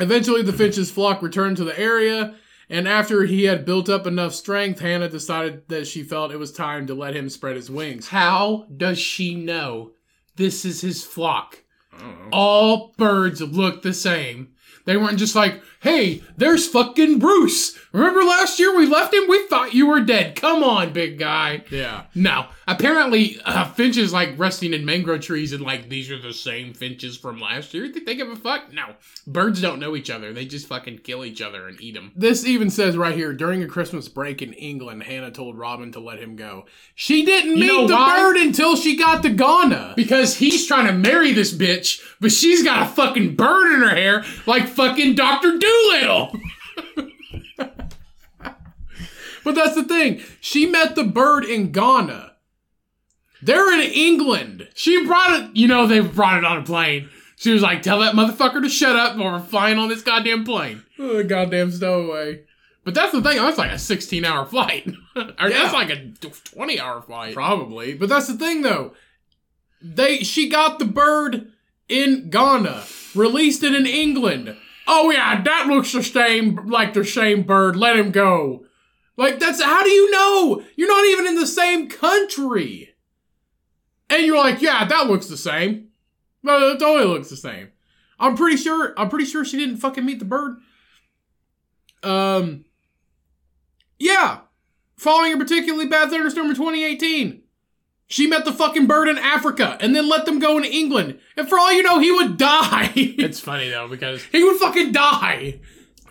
Eventually, the finch's flock returned to the area, and after he had built up enough strength, Hannah decided that she felt it was time to let him spread his wings.
How does she know this is his flock?
I don't know.
All birds look the same. They weren't just like, hey, there's fucking Bruce. Remember last year we left him? We thought you were dead. Come on, big guy.
Yeah.
No. Apparently, uh, finches like resting in mangrove trees and like, these are the same finches from last year. You think they give a fuck? No. Birds don't know each other. They just fucking kill each other and eat them.
This even says right here during a Christmas break in England, Hannah told Robin to let him go. She didn't meet
know
the
why?
bird until she got to Ghana.
Because he's trying to marry this bitch, but she's got a fucking bird in her hair like fucking Dr. Doolittle.
But that's the thing. She met the bird in Ghana. They're in England.
She brought it, you know, they brought it on a plane. She was like, tell that motherfucker to shut up or we're flying on this goddamn plane.
Oh, goddamn stowaway.
But that's the thing, that's like a 16 hour flight. or
Yeah.
that's like a 20 hour flight.
Probably. But that's the thing though. They she got the bird in Ghana, released it in England. Oh yeah, that looks the same like the same bird. Let him go. Like that's how do you know? You're not even in the same country. And you're like, yeah, that looks the same. No, it totally looks the same. I'm pretty sure I'm pretty sure she didn't fucking meet the bird. Um Yeah, following a particularly bad thunderstorm in 2018. She met the fucking bird in Africa and then let them go in England. And for all you know, he would die. he
It's funny though, because,
would fucking die.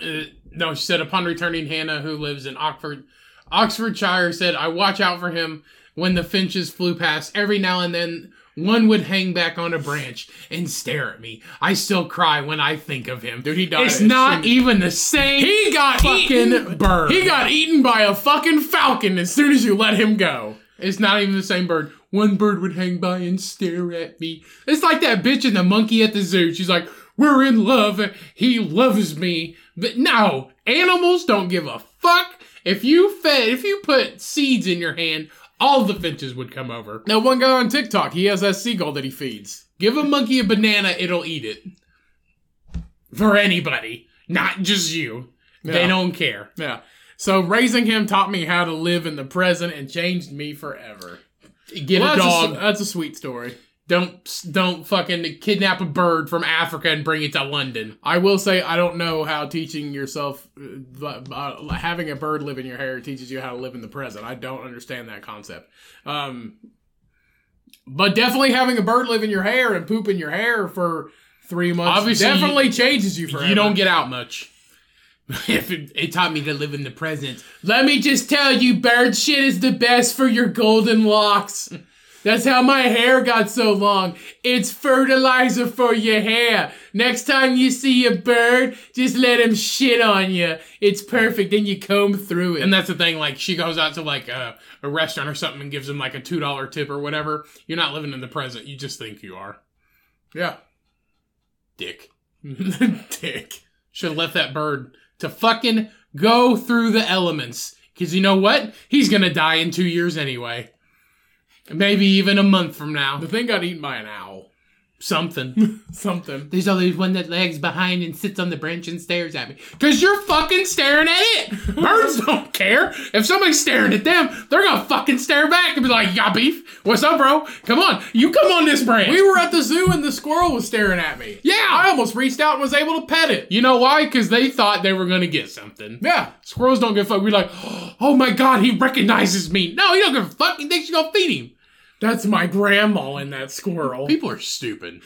uh, no, she said, upon returning, Hannah, who lives in Oxford, Oxfordshire, said, I watch out for him when the finches flew past. Every now and then,
One would hang back on a branch and stare at me. I still cry when I think of him.
Dude, he died.
It's not even the same.
He got
fucking
eaten.
bird.
He got eaten by a fucking falcon as soon as you let him go.
It's not even the same bird. One bird would hang by and stare at me. It's like that bitch and the monkey at the zoo. She's like, "We're in love. He loves me." But no, animals don't give a fuck. If you fed, if you put seeds in your hand, all the finches would come over.
Now, one guy on TikTok, he has that seagull that he feeds.
Give a monkey a banana, it'll eat it. For anybody, not just you. They
Yeah.
don't care.
Yeah. So raising him taught me how to live in the present and changed me forever.
Get
Well,
a
that's
dog.
s- that's a sweet story.
don't don't fucking kidnap a bird from Africa and bring it to London.
I will say I don't know how teaching yourself uh, bu- bu- having a bird live in your hair teaches you how to live in the present. I don't understand that concept. Um, but definitely having a bird live in your hair and poop in your hair for three months
Obviously,
definitely changes you forever.
You don't get out much. if it, it taught me to live in the present.
Let me just tell you, bird shit is the best for your golden locks. That's how my hair got so long. It's fertilizer for your hair. Next time you see a bird, just let him shit on you. It's perfect, then you comb through it.
And that's the thing. Like she goes out to like a, a restaurant or something and gives them like a two dollar tip or whatever. You're not living in the present. You just think you are.
yeah.
Dick
Dick.
should have left that bird to fucking go through the elements. Cause you know what? He's gonna die in two years anyway. Maybe even a month from now.
The thing got eaten by an owl.
Something.
Something.
There's always one that lags behind and sits on the branch and stares at me. Cause you're fucking staring at it. Birds don't care. If somebody's staring at them, they're gonna fucking stare back and be like, "You got beef? What's up, bro? Come on, you come on this branch."
We were at the zoo and the squirrel was staring at me.
yeah,
I almost reached out and was able to pet it.
you know why? Cause they thought they were gonna get something.
Yeah.
Squirrels don't give a fuck. We're like, "Oh my god, he recognizes me." No, he don't give a fuck. He thinks you're gonna feed him.
That's my grandma in that squirrel.
People are stupid.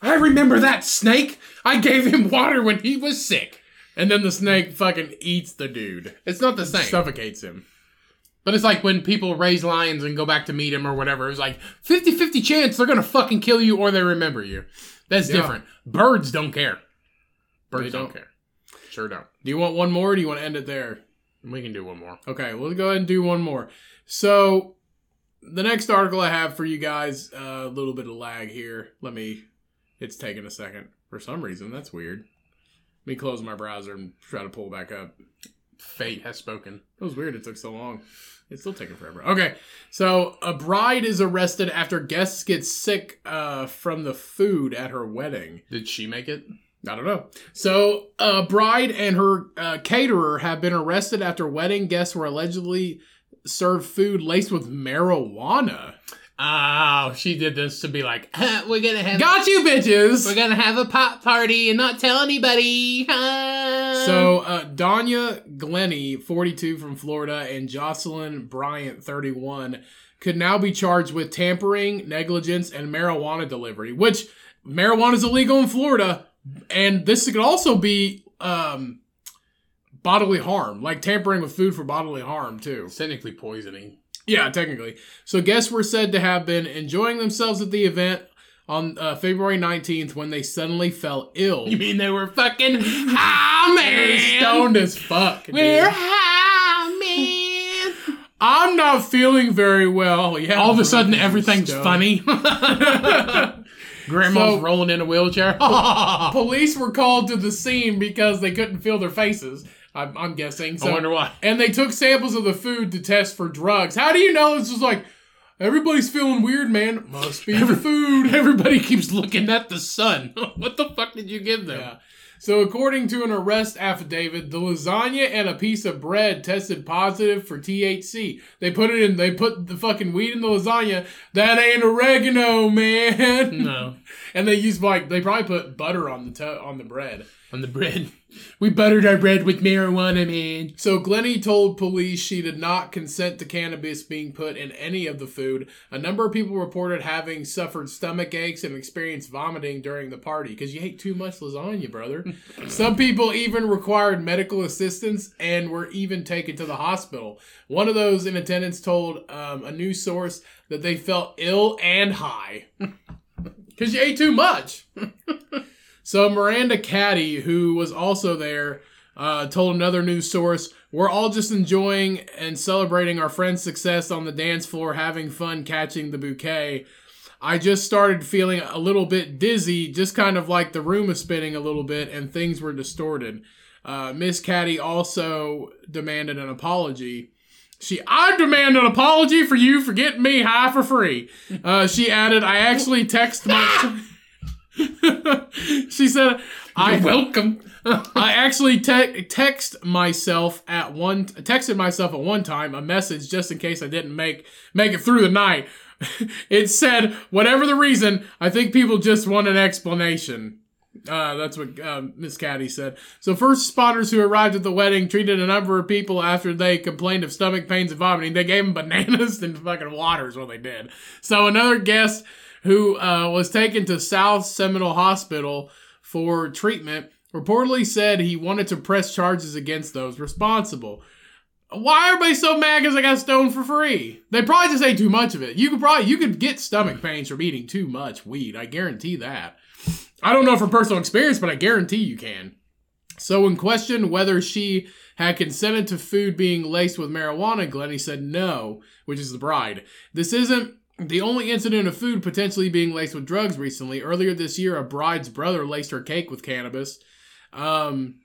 I remember that snake. I gave him water when he was sick.
And then the snake fucking eats the dude.
It's not the same.
Suffocates him.
But it's like when people raise lions and go back to meet him or whatever. It's like 50 50 chance they're going to fucking kill you or they remember you. That's
Yeah.
different. Birds don't care. Birds
They
don't.
don't.
care. Sure don't.
Do you want one more or do you want to end it there?
We can do one more.
Okay, we'll go ahead and do one more. So, the next article I have for you guys, uh, a little bit of lag here. Let me, it's taking a second for some reason. That's weird. Let me close my browser and try to pull back up.
Fate has spoken.
That was weird. It took so long. It's still taking forever. Okay, so a bride is arrested after guests get sick uh, from the food at her wedding.
Did she make it?
I don't know. So, uh, bride and her uh, caterer have been arrested after wedding guests were allegedly served food laced with marijuana.
Oh, she did this to be like, "Huh, we're going to have
Got you,
we're
bitches.
going to have a pot party and not tell anybody. huh?"
So, uh, Danya Glenny, 42 from Florida, and Jocelyn Bryant, 31, could now be charged with tampering, negligence, and marijuana delivery, which marijuana is illegal in Florida. And this could also be um, bodily harm, like tampering with food for bodily harm, too.
technically poisoning.
Yeah, technically. So guests were said to have been enjoying themselves at the event on uh, February 19th when they suddenly fell ill.
You mean they were fucking high,
They're
man?
stoned as fuck. dude.
We're high, man.
I'm not feeling very well. Yeah.
All of a
bro,
sudden,
you're
everything's
stoned.
funny. Grandma's
So-
rolling in a wheelchair. I
Police were called to the scene because they couldn't feel their faces. I'm, I'm guessing. So,
wonder why.
and they took samples of the food to test for drugs. How do you know this was like? Everybody's feeling weird, man. Must be the food.
Everybody keeps looking at the sun. what the fuck did you give them?
Yeah. So, according to an arrest affidavit, the lasagna and a piece of bread tested positive for THC. They put it in. They put the fucking weed in the lasagna. That ain't oregano, man.
No. and they use like they probably put butter on the to- on the bread.
on the bread. We buttered our bread with marijuana, man.
So Glennie told police she did not consent to cannabis being put in any of the food. A number of people reported having suffered stomach aches and experienced vomiting during the party because you ate too much lasagna, brother. Some people even required medical assistance and were even taken to the hospital. One of those in attendance told um, a news source that they felt ill and high because you ate too much. so Miranda Caddy, who was also there, uh, told another news source, "We're all just enjoying and celebrating our friend's success on the dance floor, having fun catching the bouquet. I just started feeling a little bit dizzy, just kind of like the room was spinning a little bit, and things were distorted." Uh, Miss Caddy also demanded an apology. She, I demand an apology for you for getting me high for free. Uh, she added, I actually text my. she said, I
welcome.
I actually te- text myself at one texted myself at one time a message just in case I didn't make make it through the night. it said, "Whatever the reason, I think people just want an explanation." Uh, that's what uh, Miss Caddy said. So, first responders who arrived at the wedding treated a number of people after they complained of stomach pains and vomiting. They gave them bananas and fucking water is what they did. So, another guest who uh, was taken to South Seminole Hospital for treatment reportedly said he wanted to press charges against those responsible. Why are they so mad because I got stoned for free? They probably just ate too much of it. You could probably you could get stomach pains from eating too much weed. I guarantee that. I don't know from personal experience, but I guarantee you can. So when questioned whether she had consented to food being laced with marijuana, Glennie said no, which is the bride. This isn't the only incident of food potentially being laced with drugs recently. Earlier this year, a bride's brother laced her cake with cannabis. Um,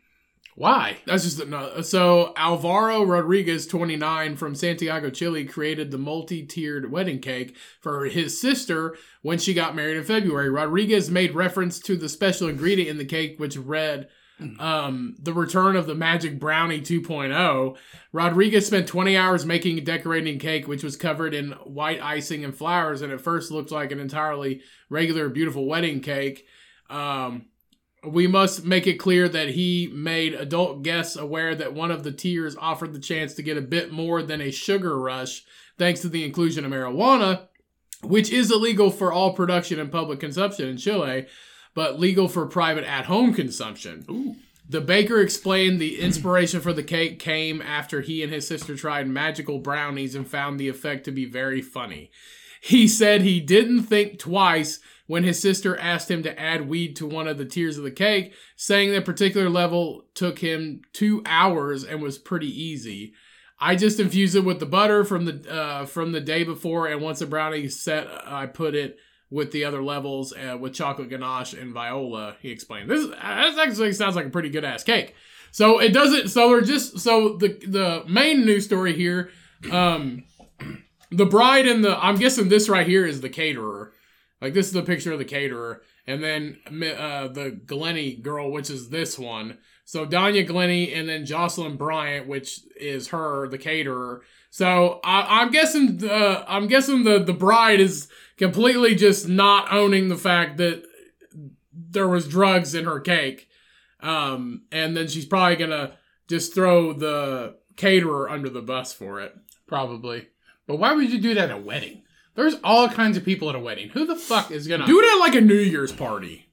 Why?
that's just another. So Alvaro Rodriguez, 29, from Santiago, Chile, created the multi-tiered wedding cake for his sister when she got married in February. Rodriguez made reference to the special ingredient in the cake, which read. Um, the return of the magic brownie 2.0. Rodriguez spent 20 hours making and decorating cake, which was covered in white icing and flowers, and at first looked like an entirely regular, beautiful wedding cake. Um, we must make it clear that he made adult guests aware that one of the tiers offered the chance to get a bit more than a sugar rush thanks to the inclusion of marijuana, which is illegal for all production and public consumption in Chile, but legal for private at home consumption. The baker explained the inspiration for the cake came after he and his sister tried magical brownies and found the effect to be very funny. He said he didn't think twice when his sister asked him to add weed to one of the tiers of the cake, saying that particular level took him two hours and was pretty easy. I just infused it with the butter from the uh, from the day before, and once the brownie set, I put it with the other levels uh, with chocolate ganache and viola. He explained, "This that actually sounds like a pretty good ass cake." So it doesn't. So they're just so the the main news story here. Um, the bride and the I'm guessing this right here is the caterer. Like this is the picture of the caterer, and then uh, the Glenny girl, which is this one. So Danya Glenny, and then Jocelyn Bryant, which is her, the caterer. So I, I'm guessing uh, I'm guessing the the bride is completely just not owning the fact that there was drugs in her cake, um, and then she's probably gonna just throw the caterer under the bus for it.
Probably. But why would you do that at a wedding? There's all kinds of people at a wedding. Who the fuck is gonna
Do it at like a New Year's party.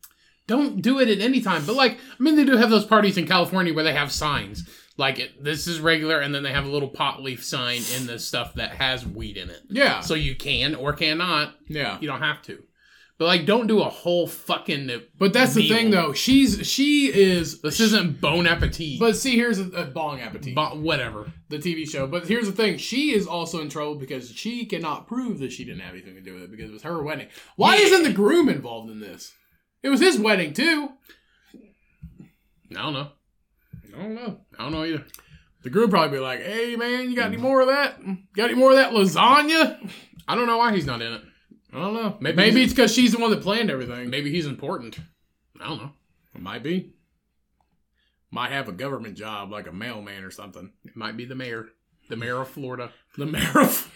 don't do it at any time. But like, I mean, they do have those parties in California where they have signs. Like, it, this is regular, and then they have a little pot leaf sign in the stuff that has weed in it.
Yeah,
So you can or cannot.
yeah.
You don't have to. But like, don't do a whole fucking.
But that's the
meal.
thing, though. She's she is.
This isn't Bon Appetit.
But see, here's a, a Bong Appetit,
Bon- whatever.
the TV show. But here's the thing: she is also in trouble because she cannot prove that she didn't have anything to do with it because it was her wedding. Why
Yeah.
isn't the groom involved in this? It was his wedding too.
I don't know.
I don't know.
I don't know either.
The groom probably be like, "Hey man, you got any more of that? Got any more of that lasagna?"
I don't know why he's not in it.
I don't know. Maybe,
Maybe
it's because she's the one that planned everything.
Maybe he's important. I don't know.
It might be. Might have a government job like a mailman or something.
It might be the mayor, the mayor of Florida.
The mayor of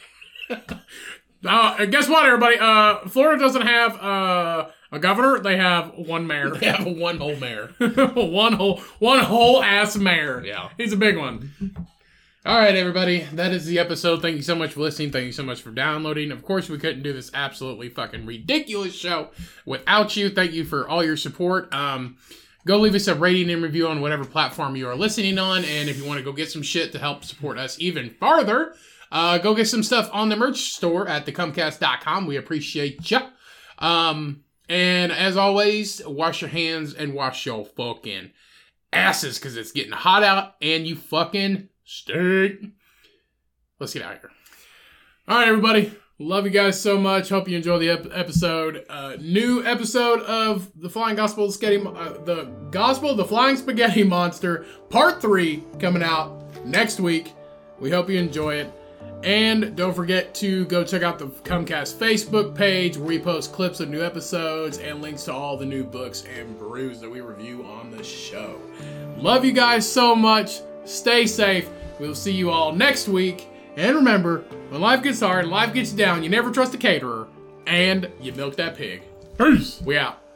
Uh, guess what, everybody? Uh, Florida doesn't have uh, a governor; they have one mayor,
They have a one whole mayor.
one whole, one whole ass mayor.
Yeah.
he's a big one.
All right, everybody. That is the episode. Thank you so much for listening. Thank you so much for downloading. Of course, we couldn't do this absolutely fucking ridiculous show without you. Thank you for all your support. Um, go leave us a rating and review on whatever platform you are listening on. And if you want to go get some shit to help support us even farther, uh, go get some stuff on the merch store at thecumcast.com. We appreciate you. Um, and as always, wash your hands and wash your fucking asses because it's getting hot out and you fucking stink. Let's get out of here.
All right, everybody. Love you guys so much. Hope you enjoy the ep- episode. Uh, new episode of the Flying Gospel of the Spaghetti, Mo- uh, the Gospel of the Flying Spaghetti Monster, Part Three, coming out next week. We hope you enjoy it, and don't forget to go check out the Comcast Facebook page where we post clips of new episodes and links to all the new books and brews that we review on the show. Love you guys so much. Stay safe. We'll see you all next week. And remember, when life gets hard and life gets you down, you never trust a caterer. And you milk that pig. Peace. We out.